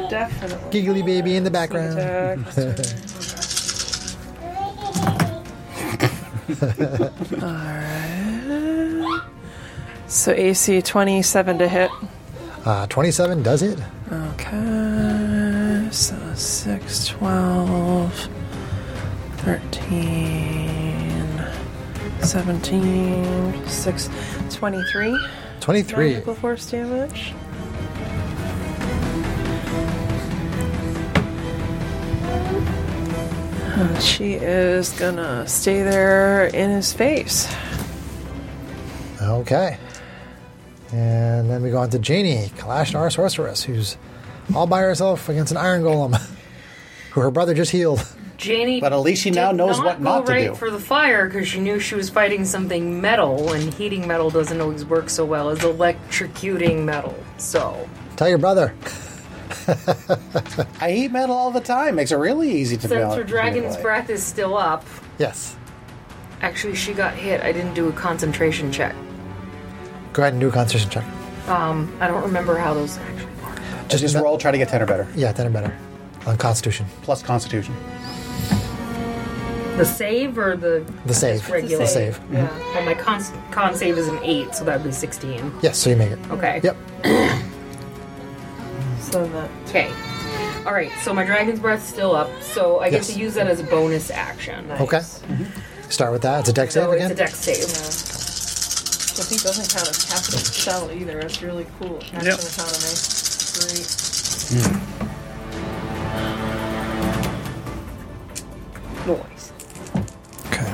S4: Definitely.
S1: Giggly baby in the background.
S4: Attack. Alright. So AC 27 to hit.
S1: Uh, 27 does hit.
S4: Okay, so 6, 12, 13, 17, 6, 23.
S1: 23.
S4: Magical force damage. And she is gonna stay there in his face.
S1: Okay. And then we go on to Janie, Kalashnar sorceress, who's all by herself against an iron golem, who her brother just healed.
S6: Janie
S3: But at least she
S6: did
S3: now knows what not
S6: go
S3: to
S6: right
S3: do.
S6: for the fire because she knew she was fighting something metal, and heating metal doesn't always work so well as electrocuting metal. So
S1: Tell your brother.
S3: I eat metal all the time. Makes it really easy to
S6: since
S3: balance-
S6: her dragon's
S3: manipulate.
S6: breath is still up,
S1: Yes.
S6: actually she got hit. I didn't do a concentration check.
S1: Go ahead and do a concentration check.
S6: Um, I don't remember how those actually work.
S3: Just, just roll, try to get 10 or better.
S1: Yeah, ten or better. On Constitution.
S8: Plus Constitution.
S6: The save or the
S1: The save.
S6: regular
S1: The save.
S6: Yeah. Well, my con, con save is an eight, so that would be sixteen.
S1: Yes, so you make it.
S6: Okay.
S1: Yep.
S4: So that
S6: Okay. All right. So my dragon's breath's still up, so I get
S1: Yes.
S6: to use that as a bonus action.
S1: Okay.
S3: Mm-hmm.
S1: Start with that. It's a deck save
S6: So it's
S1: again.
S6: a deck save.
S4: I think doesn't count as casting spell either. It's really cool. Action
S3: Yep.
S4: economy. Great.
S6: noise.
S1: Okay.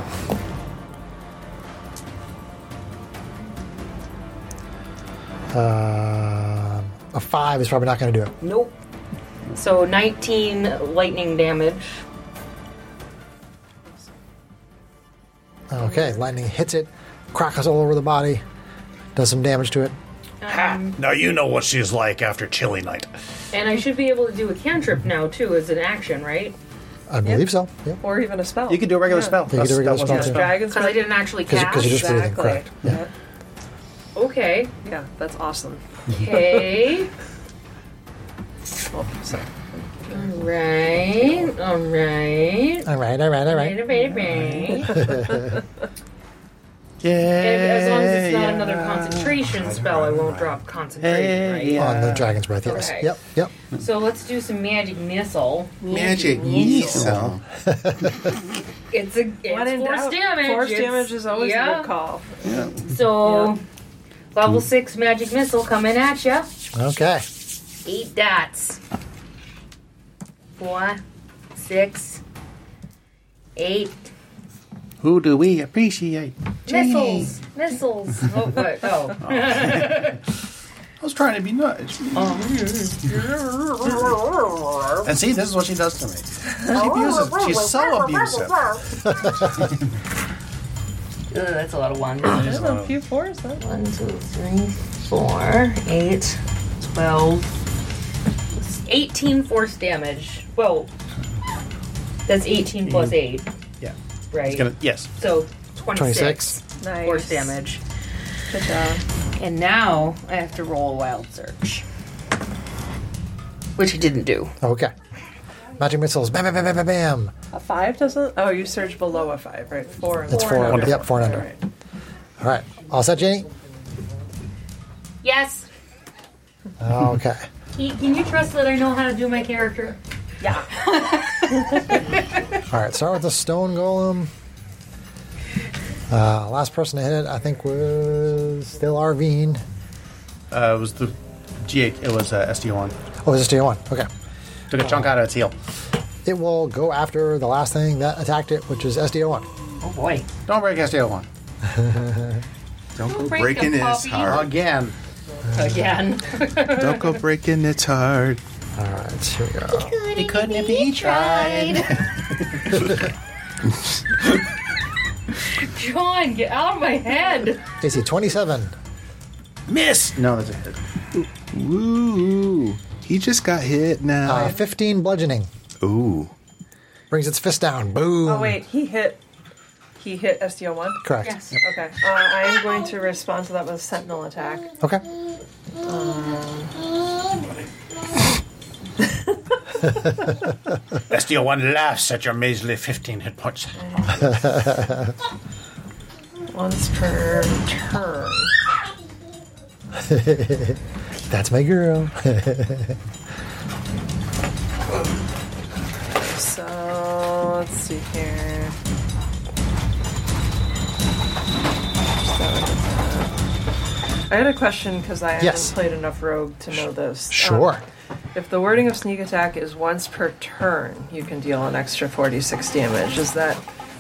S1: Um, a five is probably not going to do it.
S6: Nope. So 19 lightning damage.
S1: Okay, lightning hits it, crackles all over the body, does some damage to it.
S3: Ha! Now you know what she's like after chilly night.
S6: And I should be able to do a cantrip now, too, as an action, right?
S1: I believe so. Yeah.
S4: Or even a spell.
S3: You could do a regular spell.
S1: do a
S3: Oh, That's-
S1: regular
S3: that wasn't
S1: spell,
S3: a
S1: too.
S4: Dragon's
S6: Because I didn't actually
S1: Because
S6: cast.
S1: you're just breathing,
S4: Exactly.
S1: correct? Yeah.
S6: Okay.
S4: Yeah, that's awesome.
S6: Okay.
S4: Well, so-
S6: right. All right.
S1: All right, all right, all right.
S6: Right, right, right. And as long as it's not another concentration spell, I won't drop concentration, right?
S1: On the dragon's breath, yes.
S6: Okay.
S1: Yep, yep.
S6: So let's do some magic missile.
S5: Magic missile.
S6: It's a it's
S4: When in
S6: force
S4: doubt,
S6: damage.
S4: Force
S6: It's-
S4: damage is always a
S6: yeah.
S4: good call.
S6: So, level six magic missile coming at ya.
S1: Okay.
S6: Eight dots. Four, six, eight.
S10: Who do we appreciate?
S6: Missiles, missiles. Oh, what? Oh.
S8: I was trying to be nice. and see, this is what she does to me. She abuses. She's so abusive.
S6: Ugh, that's a lot of ones.
S4: There's a few fours, huh?
S6: One, two, three, four, eight, twelve. It's 18 force damage. Well, that's 18 plus 8,
S8: Yeah.
S6: right?
S8: It's gonna, yes.
S6: So
S1: 26.
S6: 26
S4: Nice.
S6: force damage.
S4: Good job.
S6: And now I have to roll a wild search. Which I didn't do.
S1: Okay. Magic missiles. Bam, bam, bam, bam, bam, bam.
S4: A five doesn't. Oh, you surge below a five, right? Four.
S1: It's four.
S4: and under.
S1: Yep, four and
S4: All
S1: under.
S4: right.
S1: All right. All set, Janie?
S6: Yes.
S1: Okay.
S6: Can you trust that I know how to do my character?
S1: All right. Start with the stone golem. Uh, last person to hit it, I think, was still Arvine.
S8: Uh, it was the G8. It was uh, SD1.
S1: Oh, is this day one? Okay.
S8: Took a chunk out of its heel.
S1: It will go after the last thing that attacked it, which is SD01.
S6: Oh boy.
S8: Don't break SD1
S5: Don't go
S6: break
S5: breaking
S6: the
S5: his
S6: puppy.
S5: heart.
S8: again.
S6: Again.
S5: Oh, Don't go breaking its heart.
S1: All right, here we go.
S8: He couldn't if he tried.
S7: John, get out of my head.
S1: AC 27.
S8: Miss. No, that's a hit.
S5: Woo! He just got hit
S1: Uh,
S5: now.
S1: 15 bludgeoning.
S5: Ooh.
S1: Brings its fist down. Boom.
S4: Oh wait, he hit. He hit SDO one.
S1: Correct.
S4: Okay. Uh, I am going to respond to that with a sentinel attack.
S1: Okay.
S3: SD01 laughs at your measly 15 hit points.
S4: Once per turn.
S1: That's my girl.
S4: So let's see here. I had a question because I
S1: Yes.
S4: haven't played enough Rogue to know this. Um,
S1: sure.
S4: if the wording of sneak attack is once per turn, you can deal an extra 46 damage. Is that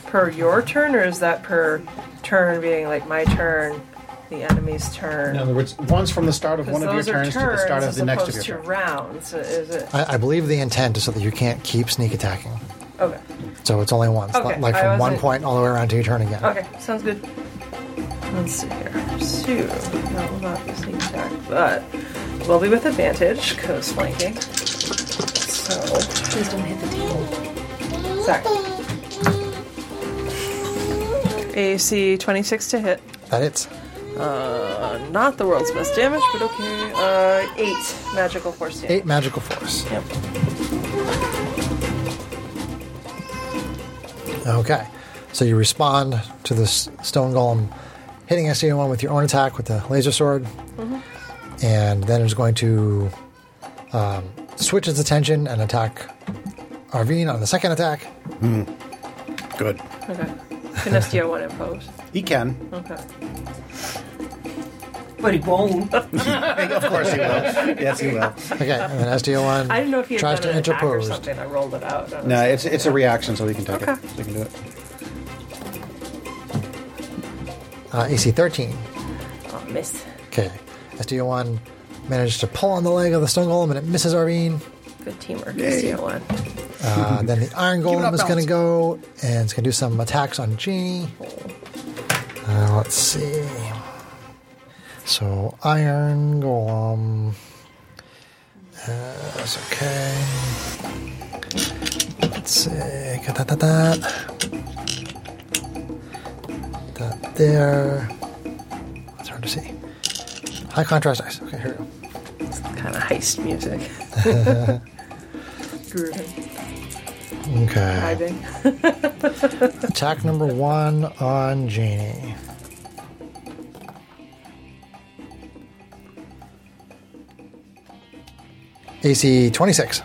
S4: per your turn or is that per turn being like my turn, the enemy's turn.
S8: In other words, once from the start of
S4: 'Cause
S8: one of your
S4: those are
S8: turns, to the start of
S4: as
S8: the next of
S4: opposed
S8: your turn.
S4: to rounds. Is it
S1: I, I believe the intent is so that you can't keep sneak attacking.
S4: okay?
S1: So it's only once,
S4: Okay,
S1: like
S4: I
S1: from one
S4: wasn't-
S1: point all the way around to your turn again.
S4: Okay, sounds good. Let's see here. Sue. That will not be sneak attack, but will be with advantage because flanking. So please don't hit the table. Sorry. AC 26 to hit.
S1: That hits.
S4: Uh, not the world's best damage, but okay. Uh, eight magical force damage.
S1: Eight magical force.
S4: Yep.
S1: Okay. So you respond to this stone golem hitting SCO1 with your own attack with the laser sword.
S4: Mm-hmm.
S1: And then it's going to um, switch its attention and attack Arvine on the second attack.
S3: Good.
S4: Okay. Can SDO one impose?
S8: He can.
S4: Okay.
S6: But he won't.
S3: of course he will. Yes, he will.
S1: Okay. And then SDO1
S4: I didn't know if he had
S1: tries
S4: done
S1: to
S4: an attack or
S1: interpose.
S4: something. I rolled it out. I was-
S8: No, it's it's a reaction, so he can take
S4: Okay.
S8: it. So he can do it.
S1: Uh, AC 13.
S4: Oh, missed.
S1: Okay. SDO1 managed to pull on the leg of the stone golem and it misses Arvine.
S4: Good teamwork, SDO one.
S1: Uh, then the Iron Golem
S8: up
S1: is going
S8: balance.
S1: to go and it's going to do some attacks on Genie. Uh, let's see. So, Iron Golem. Uh, that's okay. Let's see. Got that, that, that. That there. It's hard to see. High contrast dice. Okay, here we go.
S4: Kind of heist music. Grooving,
S1: Okay.
S4: vibing.
S1: Attack number one on Janie. AC 26.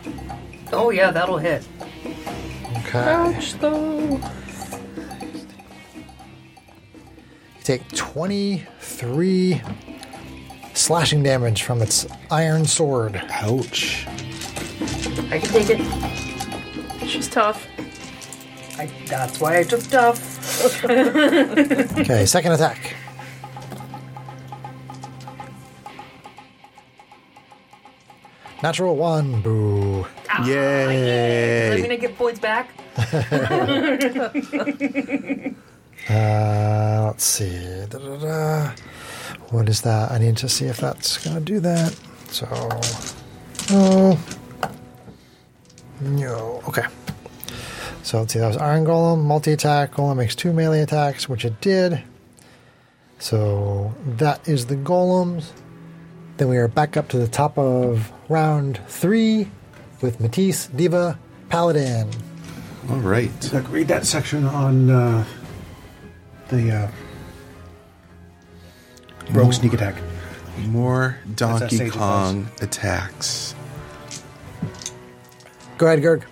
S6: oh yeah, that'll hit.
S1: Okay.
S4: though.
S1: You take 23 slashing damage from its iron sword.
S5: Ouch.
S6: I can take it.
S4: She's tough.
S6: I, that's why I took tough.
S1: Okay, second attack. Natural one, boo.
S6: Ah, I'm
S5: Yay.
S6: gonna get points back.
S1: Uh, let's see. Da, da, da. What is that? I need to see if that's going to do that. So, no. No. Okay. So let's see. That was Iron Golem, multi attack. Golem makes two melee attacks, which it did. So that is the golems. Then we are back up to the top of round three with Matisse, Diva, Paladin.
S5: All right.
S8: Look, read that section on uh, the uh, rogue sneak attack.
S5: More
S8: That's our
S5: Donkey
S8: sage
S5: Kong attacks.
S1: Go ahead, Gerg.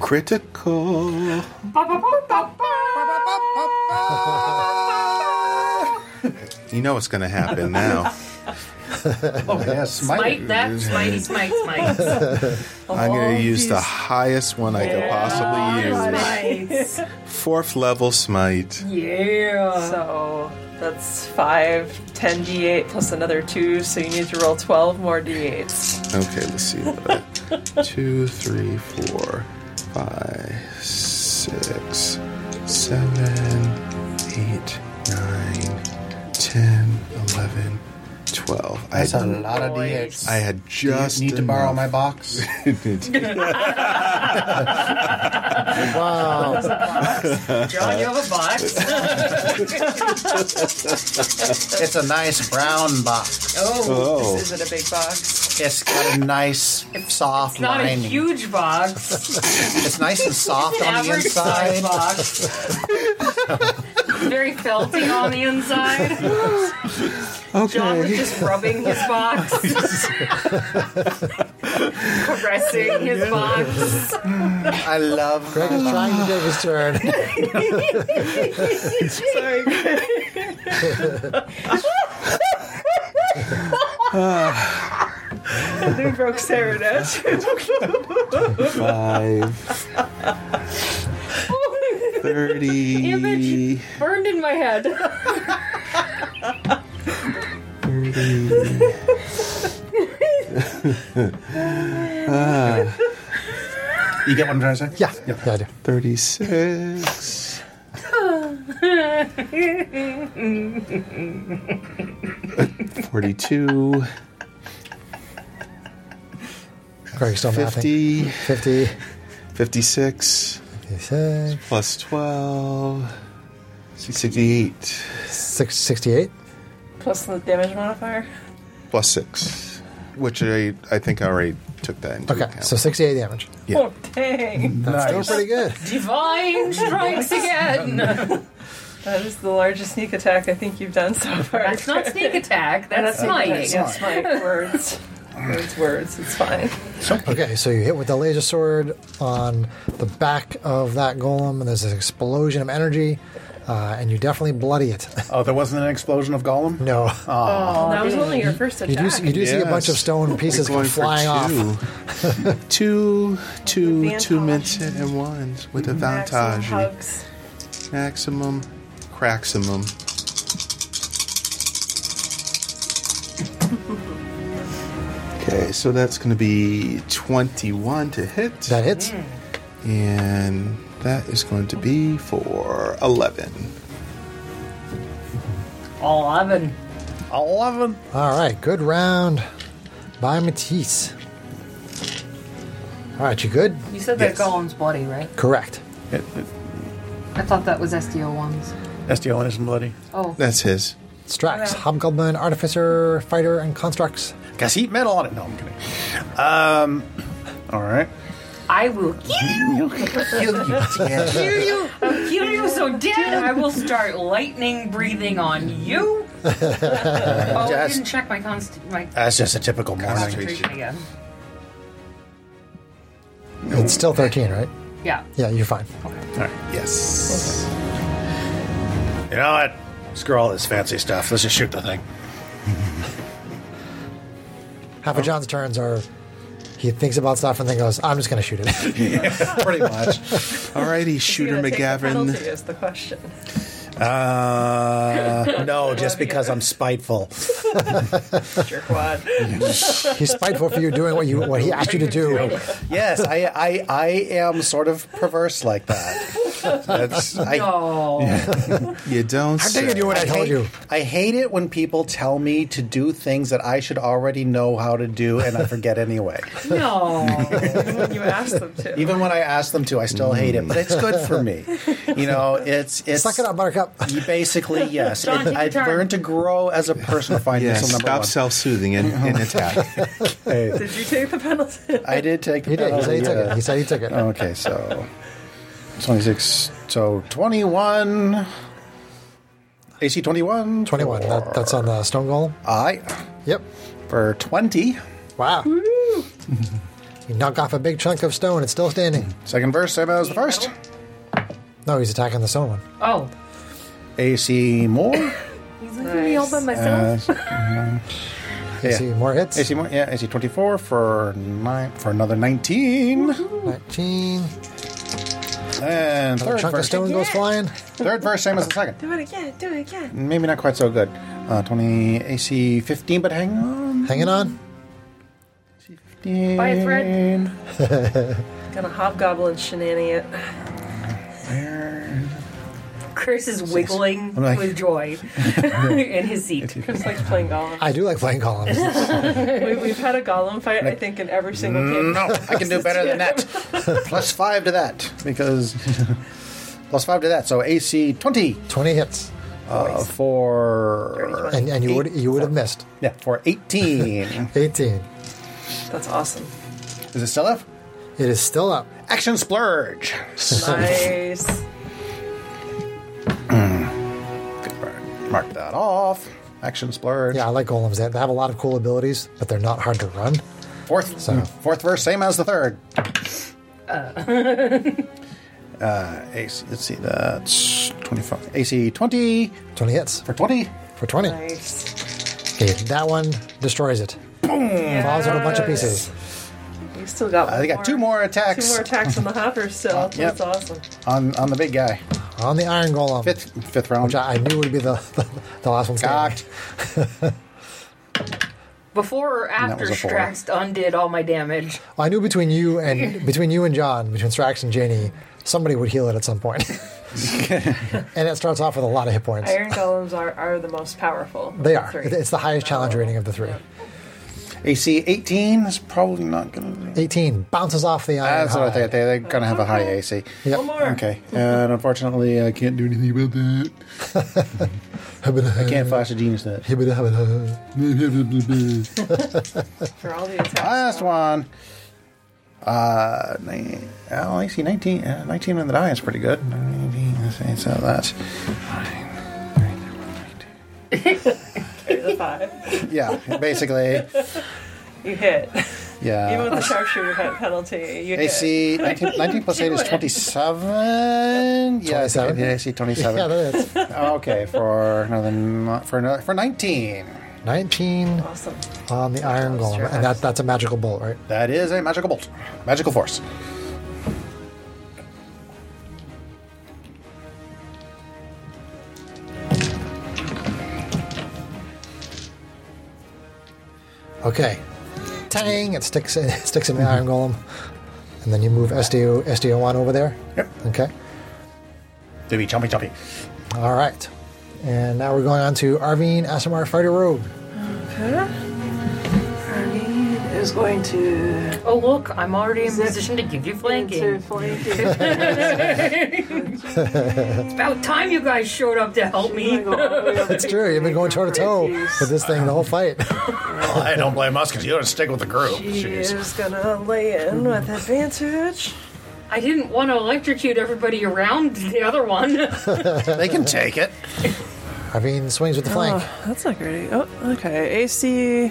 S5: Critical. You know what's going to happen now.
S8: Oh yes, smite.
S6: Smite that, smitey, smite, smite.
S5: I'm going to use the highest one I could possibly use.
S6: Smites.
S5: Fourth level smite.
S6: Yeah.
S4: So that's five, 10 d8 plus another two, so you need to roll 12 more d8s.
S5: Okay, let's see. Two, three, four, five, six, seven, eight, nine, ten, eleven, twelve. I
S8: That's a
S5: had,
S8: lot of DX.
S5: I had just
S8: need to borrow my
S5: enough.
S8: box.
S1: Wow.
S6: John, you have a box.
S8: It's a nice brown box.
S4: Oh,
S5: Oh.
S4: this isn't a big box.
S8: It's got a nice soft
S6: Not a
S8: lining.
S6: huge box.
S8: it's nice and soft on the
S6: Average size
S8: inside.
S6: box. Very felty on the inside. John was
S5: Okay.
S6: just rubbing his box, caressing his box.
S8: I love.
S1: Greg is trying to take his turn.
S4: Who broke Serenus?
S5: Five, 30.
S6: Burned in my head.
S5: 30.
S12: You get what I'm trying to say?
S1: Yeah, yeah, I do.
S5: 36. Forty-two,
S1: Greg's still mathing.
S5: fifty,
S1: 50,
S5: fifty-six,
S1: 56,
S5: plus twelve, sixty-eight,
S1: six- 68.
S4: Plus the damage modifier.
S5: plus six, which I I think I already took that into
S1: Okay,
S5: account.
S1: so 68 damage.
S4: Oh, dang.
S1: That's still pretty good.
S6: Divine strikes again.
S4: That is the largest sneak attack I think you've done so far.
S6: That's not sneak attack. That's
S4: That's my
S6: smiting.
S4: That's my words. Words, words. It's fine.
S1: Okay, so you hit with the laser sword on the back of that golem, and there's this explosion of energy, uh, and you definitely bloody it.
S8: Oh, there wasn't an explosion of Golem?
S1: no.
S4: that was only your first
S1: you
S4: attack.
S1: do, you do see a bunch of
S5: Uh, Yes.
S1: stone pieces
S5: We're
S1: come
S5: going for
S1: flying off.
S5: two, two,
S4: With
S5: two
S4: advantage.
S5: mints and ones with
S4: Maximum
S5: advantage.
S4: hugs.
S5: Maximum, craximum. Okay, so that's going to be 21 to hit.
S1: That hits.
S5: And that is going to be for 11.
S6: Eleven.
S8: 11.
S1: All right, good round by Matisse. All right, you good?
S6: You said
S5: that Yes.
S6: golem's bloody, right?
S1: Correct.
S8: It, it,
S6: I thought that was SDO ones.
S8: SDO isn't bloody.
S6: Oh,
S5: That's his.
S1: Strax, Hobgoblin, Artificer, Fighter, and Constructs.
S8: Guess heat metal on it. No, I'm kidding. Um, all right.
S6: I will kill you. kill you. I'll kill you so dead. I will start lightning breathing on you. oh, I
S8: Just-
S6: didn't check my const my
S8: That's just a typical morning.
S6: concentration again.
S1: It's still 13, right?
S6: Yeah.
S1: Yeah, you're fine.
S5: Yes.
S8: You know what? Screw all this fancy stuff. Let's just shoot the thing.
S1: Half of John's turns are he thinks about stuff and then goes, I'm just going to shoot it.
S8: Pretty much.
S5: Alrighty, Shooter
S4: Gonna take the penalty
S5: McGavin.
S4: is the question.
S8: Uh, no, just because I'm spiteful.
S4: Jerkwad.
S1: He's spiteful for you doing what you what he asked you to do.
S8: Yes, I, I, I am sort of perverse like that. That's, I,
S6: Oh,
S5: You don't
S1: How dare you do what I told
S8: hate,
S1: you?
S8: I hate it when people tell me to do things that I should already know how to do and I forget anyway.
S6: no.
S4: when you asked them to.
S8: Even when I ask them to, I still hate it, but it's good for me. You know, it's it's
S1: Suck it up, Buttercup.
S8: You basically yes.
S6: John,
S8: It-
S6: take your
S8: I've
S6: turn.
S8: learned to grow as a person. Find
S5: Yes,
S8: this number
S5: stop
S8: one.
S5: self-soothing and, and attack.
S4: Did you take the penalty?
S8: I did take. The
S1: He did. He said he
S8: penalty,
S1: took it.
S8: yeah.
S1: He said he took it.
S8: Okay, so twenty six. So twenty one. AC 21.
S1: 21. That, that's on the stone golem.
S8: I
S1: Yep.
S8: for 20.
S1: Wow. You knock off a big chunk of stone. It's still standing.
S8: Second verse, same as the first.
S1: No, he's attacking the stone one.
S6: Oh,
S8: AC more.
S6: he's leaving me all by myself.
S8: Uh,
S1: You
S8: Yeah.
S1: see more hits.
S8: AC more. Yeah, AC 24 for nine for another 19.
S1: 19. Another
S8: And third
S1: chunk of
S8: verse.
S1: stone goes flying.
S8: Third verse, same as the second.
S4: Do it again. Do it again.
S8: Maybe not quite so good. Uh, 20 AC 15, but hang on.
S1: Hanging on.
S8: By
S6: a thread.
S4: Gonna hobgoblin shenanigan.
S6: Chris is wiggling
S8: I'm like-
S6: with joy in his seat.
S4: Chris likes playing golem.
S1: I do like playing golems.
S4: We, we've had a golem fight, I think, in every single game.
S8: No, I can do better than that. Oh, plus five to that, because. plus five to that, so AC 20
S1: 20 hits.
S8: uh, for.
S1: And, and you would you would have missed.
S8: Yeah, for 18.
S1: 18.
S4: That's awesome.
S8: Is it still up?
S1: It is still up.
S8: Action splurge.
S4: Nice.
S8: Mark that off. Action splurge.
S1: Yeah, I like golems. They they have a lot of cool abilities, but they're not hard to run.
S8: Fourth, mm,
S1: So-
S8: fourth verse, same as the third. Uh, AC, let's see, that's 25. AC 20
S1: 20 hits
S8: for 20.
S1: for 20.
S4: Nice.
S1: Okay, that one destroys it. Falls into a bunch of pieces.
S4: You still got.
S8: Uh, they got two more attacks.
S4: Two more attacks in the hopper still.
S8: yep.
S4: That's awesome.
S8: on on the big guy.
S1: On the Iron Golem,
S8: Fifth fifth round.
S1: which I I knew would be the, the, the last one standing.
S8: Cocked.
S6: Before or
S8: that
S6: after
S8: was a four.
S6: Strax undid all my damage?
S1: I knew between you and between you and John, between Strax and Janie, somebody would heal it at some point. and it starts off with a lot of hit points.
S4: Iron golems are, are the most powerful. of
S1: They
S4: the
S1: are.
S4: three.
S1: It's the highest challenge rating of the three.
S8: AC 18 is probably not going to.
S1: 18 bounces off the iron.
S8: That's what I
S1: high.
S8: think. They- They're going to have a high AC.
S1: Yep.
S8: Okay. And unfortunately, I can't do anything about that. I can't flash a genius that.
S4: For all the attacks.
S8: Last one. Uh, nine- well, AC 19, uh, 19 on the die is pretty good. 19, So that's.
S4: the five.
S8: Yeah, basically.
S4: You hit. Even with
S8: Yeah.
S4: the sharpshooter pe- penalty, you hit.
S8: AC 19, 19 plus 8 is 27. Yeah, I think I
S1: 27?
S8: did AC 27.
S1: Yeah, that is.
S8: okay, for another for another for nineteen.
S1: 19
S4: Awesome.
S1: on the iron golem. And that, that's a magical bolt, right?
S8: That is a magical bolt, magical force.
S1: Okay. Tang! It sticks in, it sticks in the iron golem. And then you move SDO, SDO1 over there.
S8: Yep,
S1: Okay.
S8: to be chompy chompy.
S1: All right. And now we're going on to Arvine Asimar Fighter Rogue.
S4: Armin is going to
S6: Oh, look, I'm already in position to give you flanking.
S4: flanking.
S6: It's about time you guys showed up to help
S8: Oh
S6: me.
S4: It's
S1: It's true. You've been going toe to toe with this thing the whole fight.
S8: I don't blame us because you don't stick with the group.
S4: She is gonna lay in with advantage.
S6: I didn't want to electrocute everybody around the other one.
S8: They can take it.
S1: Arvine swings with the flank.
S4: Oh, that's not great. Oh, okay. AC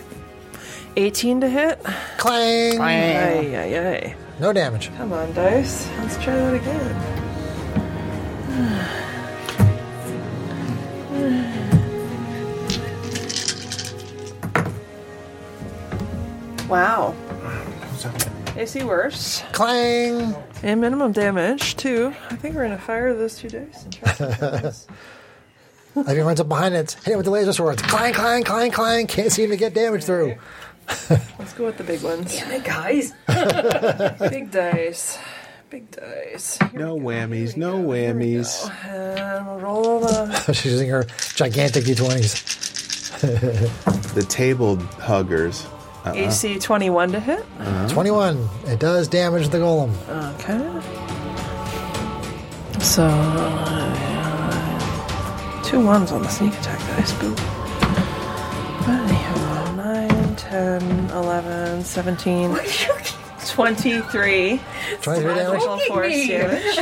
S4: 18 to hit.
S1: Clang!
S4: Ay, ay, ay.
S1: No damage.
S4: Come on, dice. Let's try that again. Wow. AC worse.
S1: Clang!
S4: And minimum damage, too. I think we're going to fire those two dice and try to find this.
S1: Arvine runs up behind it, hit it with the laser swords. Clang, clang, clang, clang. Can't seem to get damage through.
S4: Let's go with the big ones.
S6: Hey, guys.
S4: Big dice. Big dice.
S5: No whammies, no whammies.
S4: And we'll roll the.
S1: She's using her gigantic d20s.
S5: The table huggers.
S4: Oh, AC 21 to hit.
S1: 21. It does damage the golem.
S4: Okay. So, uh, two ones on the sneak attack dice, boo. Anyhow, 9, 10, 11, 17,
S1: 23
S4: 23.
S1: damage.
S4: Magical force
S6: me.
S4: damage.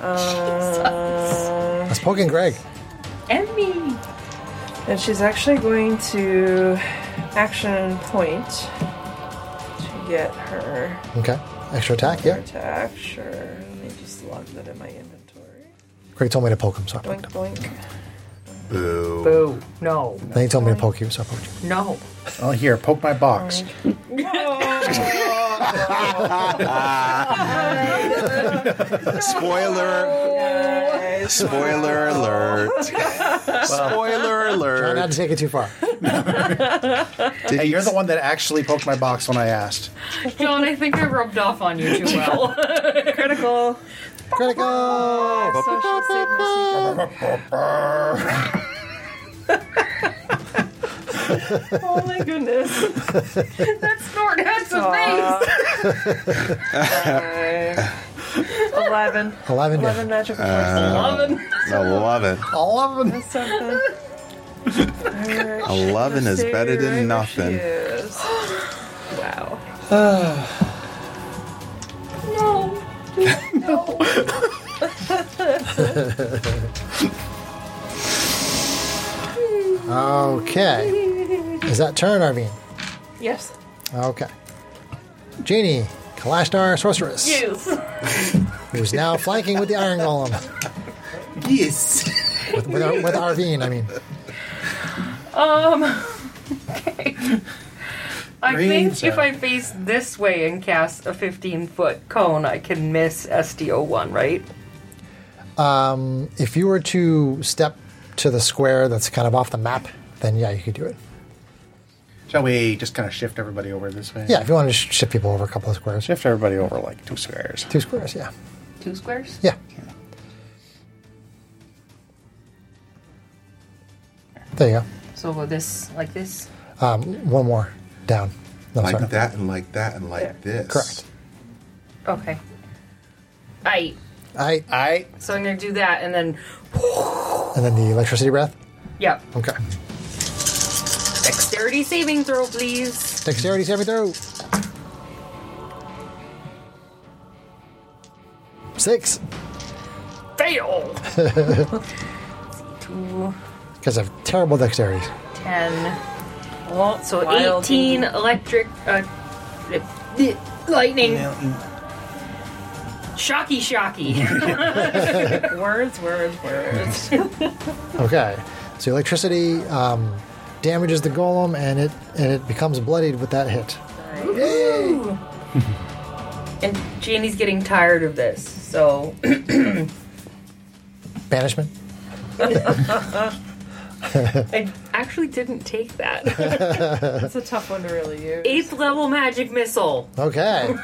S4: Uh,
S1: That's poking Greg.
S6: Emmy.
S4: and she's actually going to action point to get her
S1: Okay. Extra attack, yeah.
S4: attack. Sure. Let me just log that in my inventory.
S1: Greg told me to poke him, so I
S4: Boink,
S1: poked him.
S4: boink.
S6: Boo. No.
S1: Then he told me to poke you, so I poked you.
S6: No.
S8: Oh, here, poke my box.
S5: Spoiler, spoiler alert.
S1: Try not
S5: Spoiler alert.
S1: to take it too far.
S5: Did
S8: Hey,
S5: you
S8: you're the one that actually poked my box when I asked.
S6: John, I think I rubbed off on you too well.
S4: Critical.
S1: Critical!
S4: Social signals. Oh my goodness.
S6: that snort had some
S4: Aw.
S6: face.
S4: Eleven.
S1: 11
S4: Eleven
S1: damage.
S4: magical force.
S6: Eleven.
S5: Eleven.
S1: Eleven.
S4: That's something. Alright, she's
S5: Eleven
S4: gonna
S5: is
S4: stay
S5: better than
S4: right where
S5: nothing.
S4: she is.
S6: Wow.
S1: Okay. Is that turn, Arvine?
S4: Yes.
S1: Okay. Genie, Kalashtar Sorceress,
S4: Yes.
S1: who's now flanking with the Iron Golem.
S13: Yes.
S1: With, with, Ar- with Arvine, I mean.
S6: I think
S8: Greens
S6: if
S8: are-
S6: I face this way and cast a 15 foot cone, I can miss SDO1, right?
S1: If you were to step to the square that's kind of off the map, then yeah, you could do it.
S8: Shall we just kind of shift everybody over this way?
S1: Yeah, if you want to sh- shift people over a couple of squares,
S8: Shift everybody over like two squares.
S1: two squares, yeah,
S7: Two squares?
S1: yeah. There you
S7: So will this, like this?
S1: go. Um, one more down. No,
S5: like
S1: sorry.
S5: that and like that and like this.
S1: Correct.
S6: Okay.
S7: I.
S1: I
S3: I
S6: So I'm going to do that and then,
S1: and then the electricity breath.
S6: yeah.
S1: Okay.
S6: Dexterity saving throw, please.
S1: Dexterity saving throw. Six,
S6: Fail! Let's see, two,
S1: because of terrible dexterity.
S6: 10. Well, so
S4: Wild
S6: 18 electric. Uh, eh, eh, lightning. Shocky, shocky.
S4: Words, words, words.
S1: Okay, so electricity um, damages the golem, and it and it becomes bloodied with that hit.
S6: and Janie's getting tired of this, so
S1: Banishment.
S6: I actually didn't take that.
S4: That's a tough one to really use.
S6: Eighth level magic missile.
S1: Okay.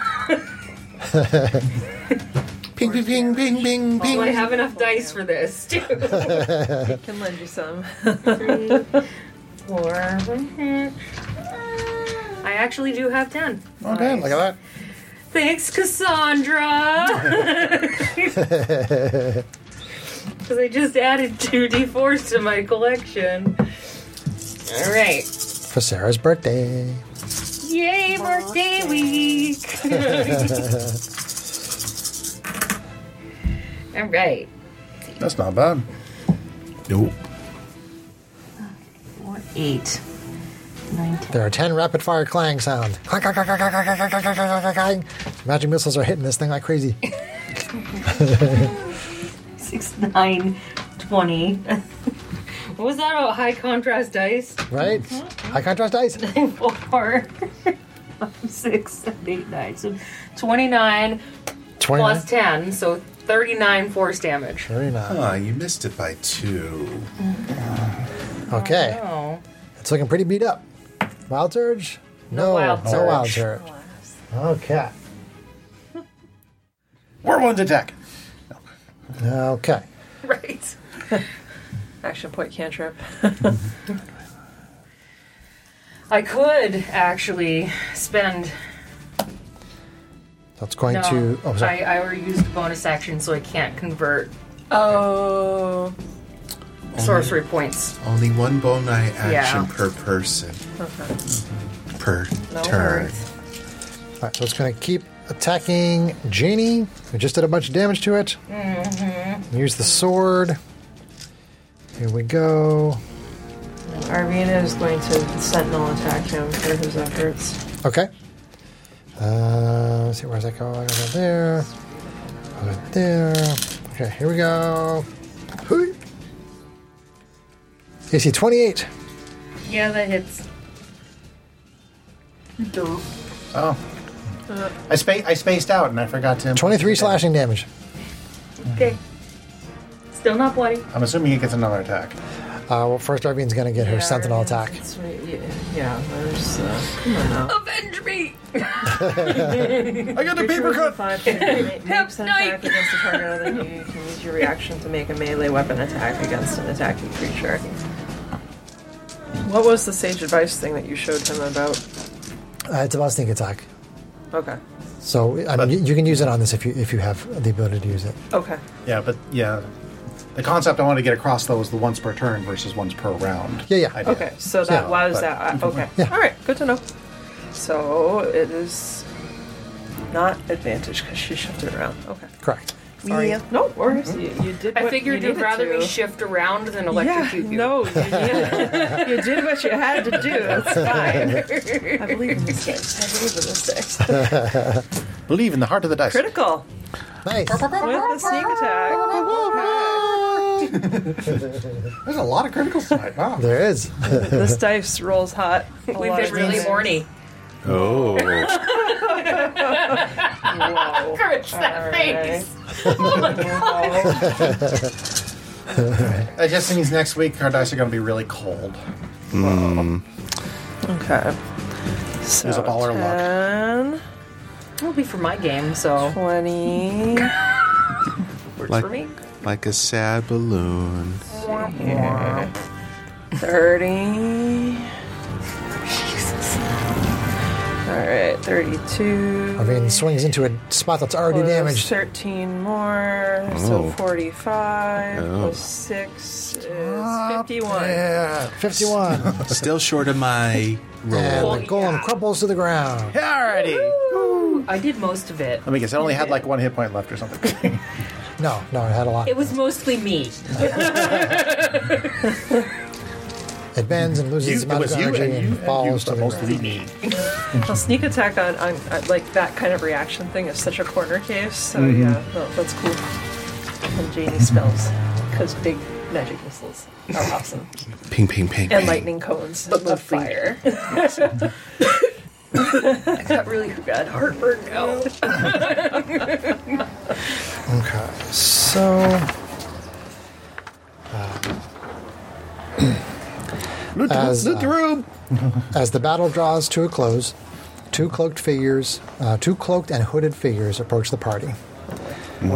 S5: Ping, ping, ping, ping, ping, ping.
S6: Do I have enough dice for this? Two,
S4: Can lend you some.
S6: four. I actually do have ten.
S8: Okay, look at that.
S6: Thanks, Cassandra. Because I just added two d4s to my collection. All right.
S1: For Sarah's birthday.
S6: Yay, birthday week! All right.
S8: That's not bad.
S5: Nope.
S6: Four, eight.
S1: There are ten rapid fire clang sounds. Clang, clang, clang, clang, clang, clang, clang, clang, clang, clang, clang. Magic missiles are hitting this thing like crazy.
S6: Six, nine, twenty. what was that about high contrast dice?
S1: Right?
S6: Mm-hmm.
S1: High contrast dice.
S6: Four, five, six, seven, eight, nine. So 29
S1: 29.
S6: plus 10, so 39 force damage.
S1: 39.
S5: Ah, you missed it by two.
S1: Okay.
S6: Oh.
S1: It's looking pretty beat up. Wild Surge? No.
S6: wild
S1: no
S6: surge.
S1: wild surge. Okay.
S8: Whirlwind attack.
S1: Okay.
S6: Right.
S4: Action point cantrip.
S6: I could actually spend
S1: So it's going
S6: No,
S1: to. Oh,
S6: I,
S1: sorry.
S6: I already used a bonus action, so I can't convert
S4: Oh,
S6: sorcery points.
S5: Only one boni action
S6: Yeah.
S5: per person. Per
S4: No
S5: turn.
S4: worries.
S1: All right, so it's going to keep attacking Janie. We just did a bunch of damage to it. Use the sword. Here we go.
S4: Arvina is going to sentinel attack him for his efforts.
S1: Okay. Uh, let's see, where's that go? I go there. Right there. Okay, here we go. Hoo. AC 28.
S6: Yeah, that hits.
S8: Oh.
S1: Uh.
S8: I, spa- I spaced out and I forgot to.
S1: 23 slashing damage.
S6: Okay. Still not bloody.
S8: I'm assuming he gets another attack.
S1: Uh, well, first, Arvine's going to get her sentinel attack.
S4: That's right, Yeah, yeah, there's. Uh, come on now.
S6: Avenge me!
S8: I got a paper cut!
S4: Five figure ma- makes an
S6: Knight.
S4: attack against a target other than you. You can use your reaction to make a melee weapon attack against an attacking creature. What was the sage advice thing that you showed him about?
S1: Uh, it's about sneak attack.
S4: Okay.
S1: So I mean, you, you can use it on this if you if you have the ability to use it.
S4: Okay.
S8: Yeah, but yeah. The concept I wanted to get across, though, is the once per turn versus once per round.
S1: Yeah, yeah.
S8: idea.
S4: Okay. So that
S1: Yeah,
S4: why was
S8: but-
S4: that? I- Okay.
S1: Yeah.
S4: All right. Good to know. So it is not advantage because she shifted around. Okay.
S1: Correct.
S4: Yeah. No worries. You, you did.
S6: Mm-hmm. I
S4: what
S6: figured
S4: you
S6: you'd
S4: needed
S6: rather
S4: to.
S6: me shift around than
S4: Yeah,
S6: electrocute you.
S4: no, you did, you did what you had to do. That's fine. I believe in this dice. I believe in this dice.
S8: Believe in the heart of the dice.
S4: Critical
S1: Nice.
S4: with the sneak attack.
S8: There's a lot of criticals tonight. Wow.
S1: There is.
S4: This dice rolls hot.
S6: We've been really
S4: boring.
S6: horny.
S5: Oh,
S7: Encourage that face.
S8: I just think next week our dice are going to be really cold.
S4: Okay. So
S8: up all our luck.
S4: Uh, 10,
S6: It'll be for my game, so
S4: 20.
S6: works
S5: Like-
S6: for me.
S5: like a sad balloon.
S4: 30. Jesus. All right, 32.
S1: Irvine swings into a spot that's
S3: Oh,
S1: already
S4: plus
S1: damaged.
S4: 13 more,
S5: Oh.
S4: so 45
S5: Oh.
S4: plus 6 is 51.
S3: Yeah.
S1: 51.
S5: Still short of my roll.
S1: and the golem crumples to the ground.
S3: Alrighty.
S6: I did most of it.
S3: Let me guess. It only had like one hit point left or something.
S1: No, no, it had a lot.
S6: It was mostly me.
S1: It bends and loses its
S3: it
S1: amount
S3: was
S1: of
S3: you
S1: energy
S3: and
S1: and,
S3: you and
S1: falls
S3: you,
S1: to the
S3: but mostly
S1: ground.
S3: me.
S4: Well, sneak attack on, on, on like that kind of reaction thing is such a corner case, so yeah, that, that's cool. And genie spells, because big magic missiles are awesome.
S5: Ping, ping, ping.
S4: And
S5: ping.
S4: lightning cones of fire. I got really bad heartburn now.
S1: Okay, so. Uh, Ah. as, uh, as the battle draws to a close, two cloaked figures, uh, two cloaked and hooded figures approach the party.
S3: Do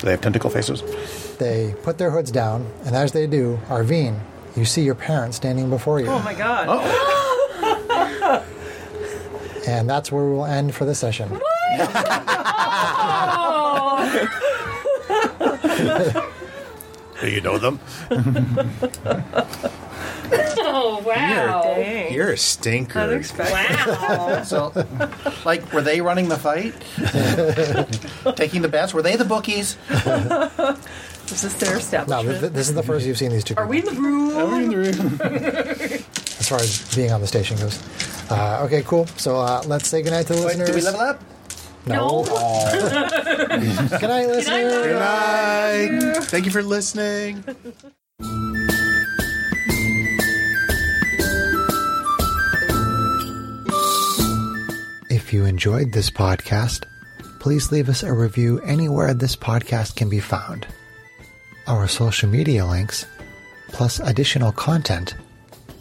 S3: they have tentacle faces?
S1: They put their hoods down, and as they do, Arvine, you see your parents standing before you.
S4: Oh my god.
S1: And that's where we'll end for the session.
S5: Do you know them?
S7: Oh wow!
S4: Dang.
S5: You're a
S8: Oh.
S5: stinker.
S4: Unexpected.
S3: So, like, were they running the fight? Taking the bets? Were they the bookies?
S4: Is this their
S1: No,
S4: establishment?
S1: th- th- this is the first you've seen these two.
S6: Are we in the room?
S1: as far as being on the station goes. Uh, okay, cool. So uh, let's say goodnight to the
S3: Wait,
S1: listeners.
S3: did we level up?
S1: No. Good night, listeners.
S5: Good night. Thank you for listening.
S1: If you enjoyed this podcast, please leave us a review anywhere this podcast can be found. Our social media links, plus additional content,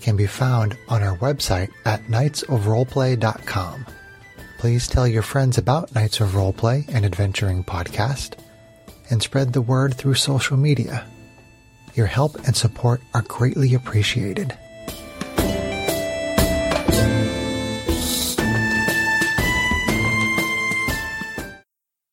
S1: can be found on our website at knightsofroleplay.com. Please tell your friends about Knights of Roleplay and Adventuring Podcast and spread the word through social media. Your help and support are greatly appreciated.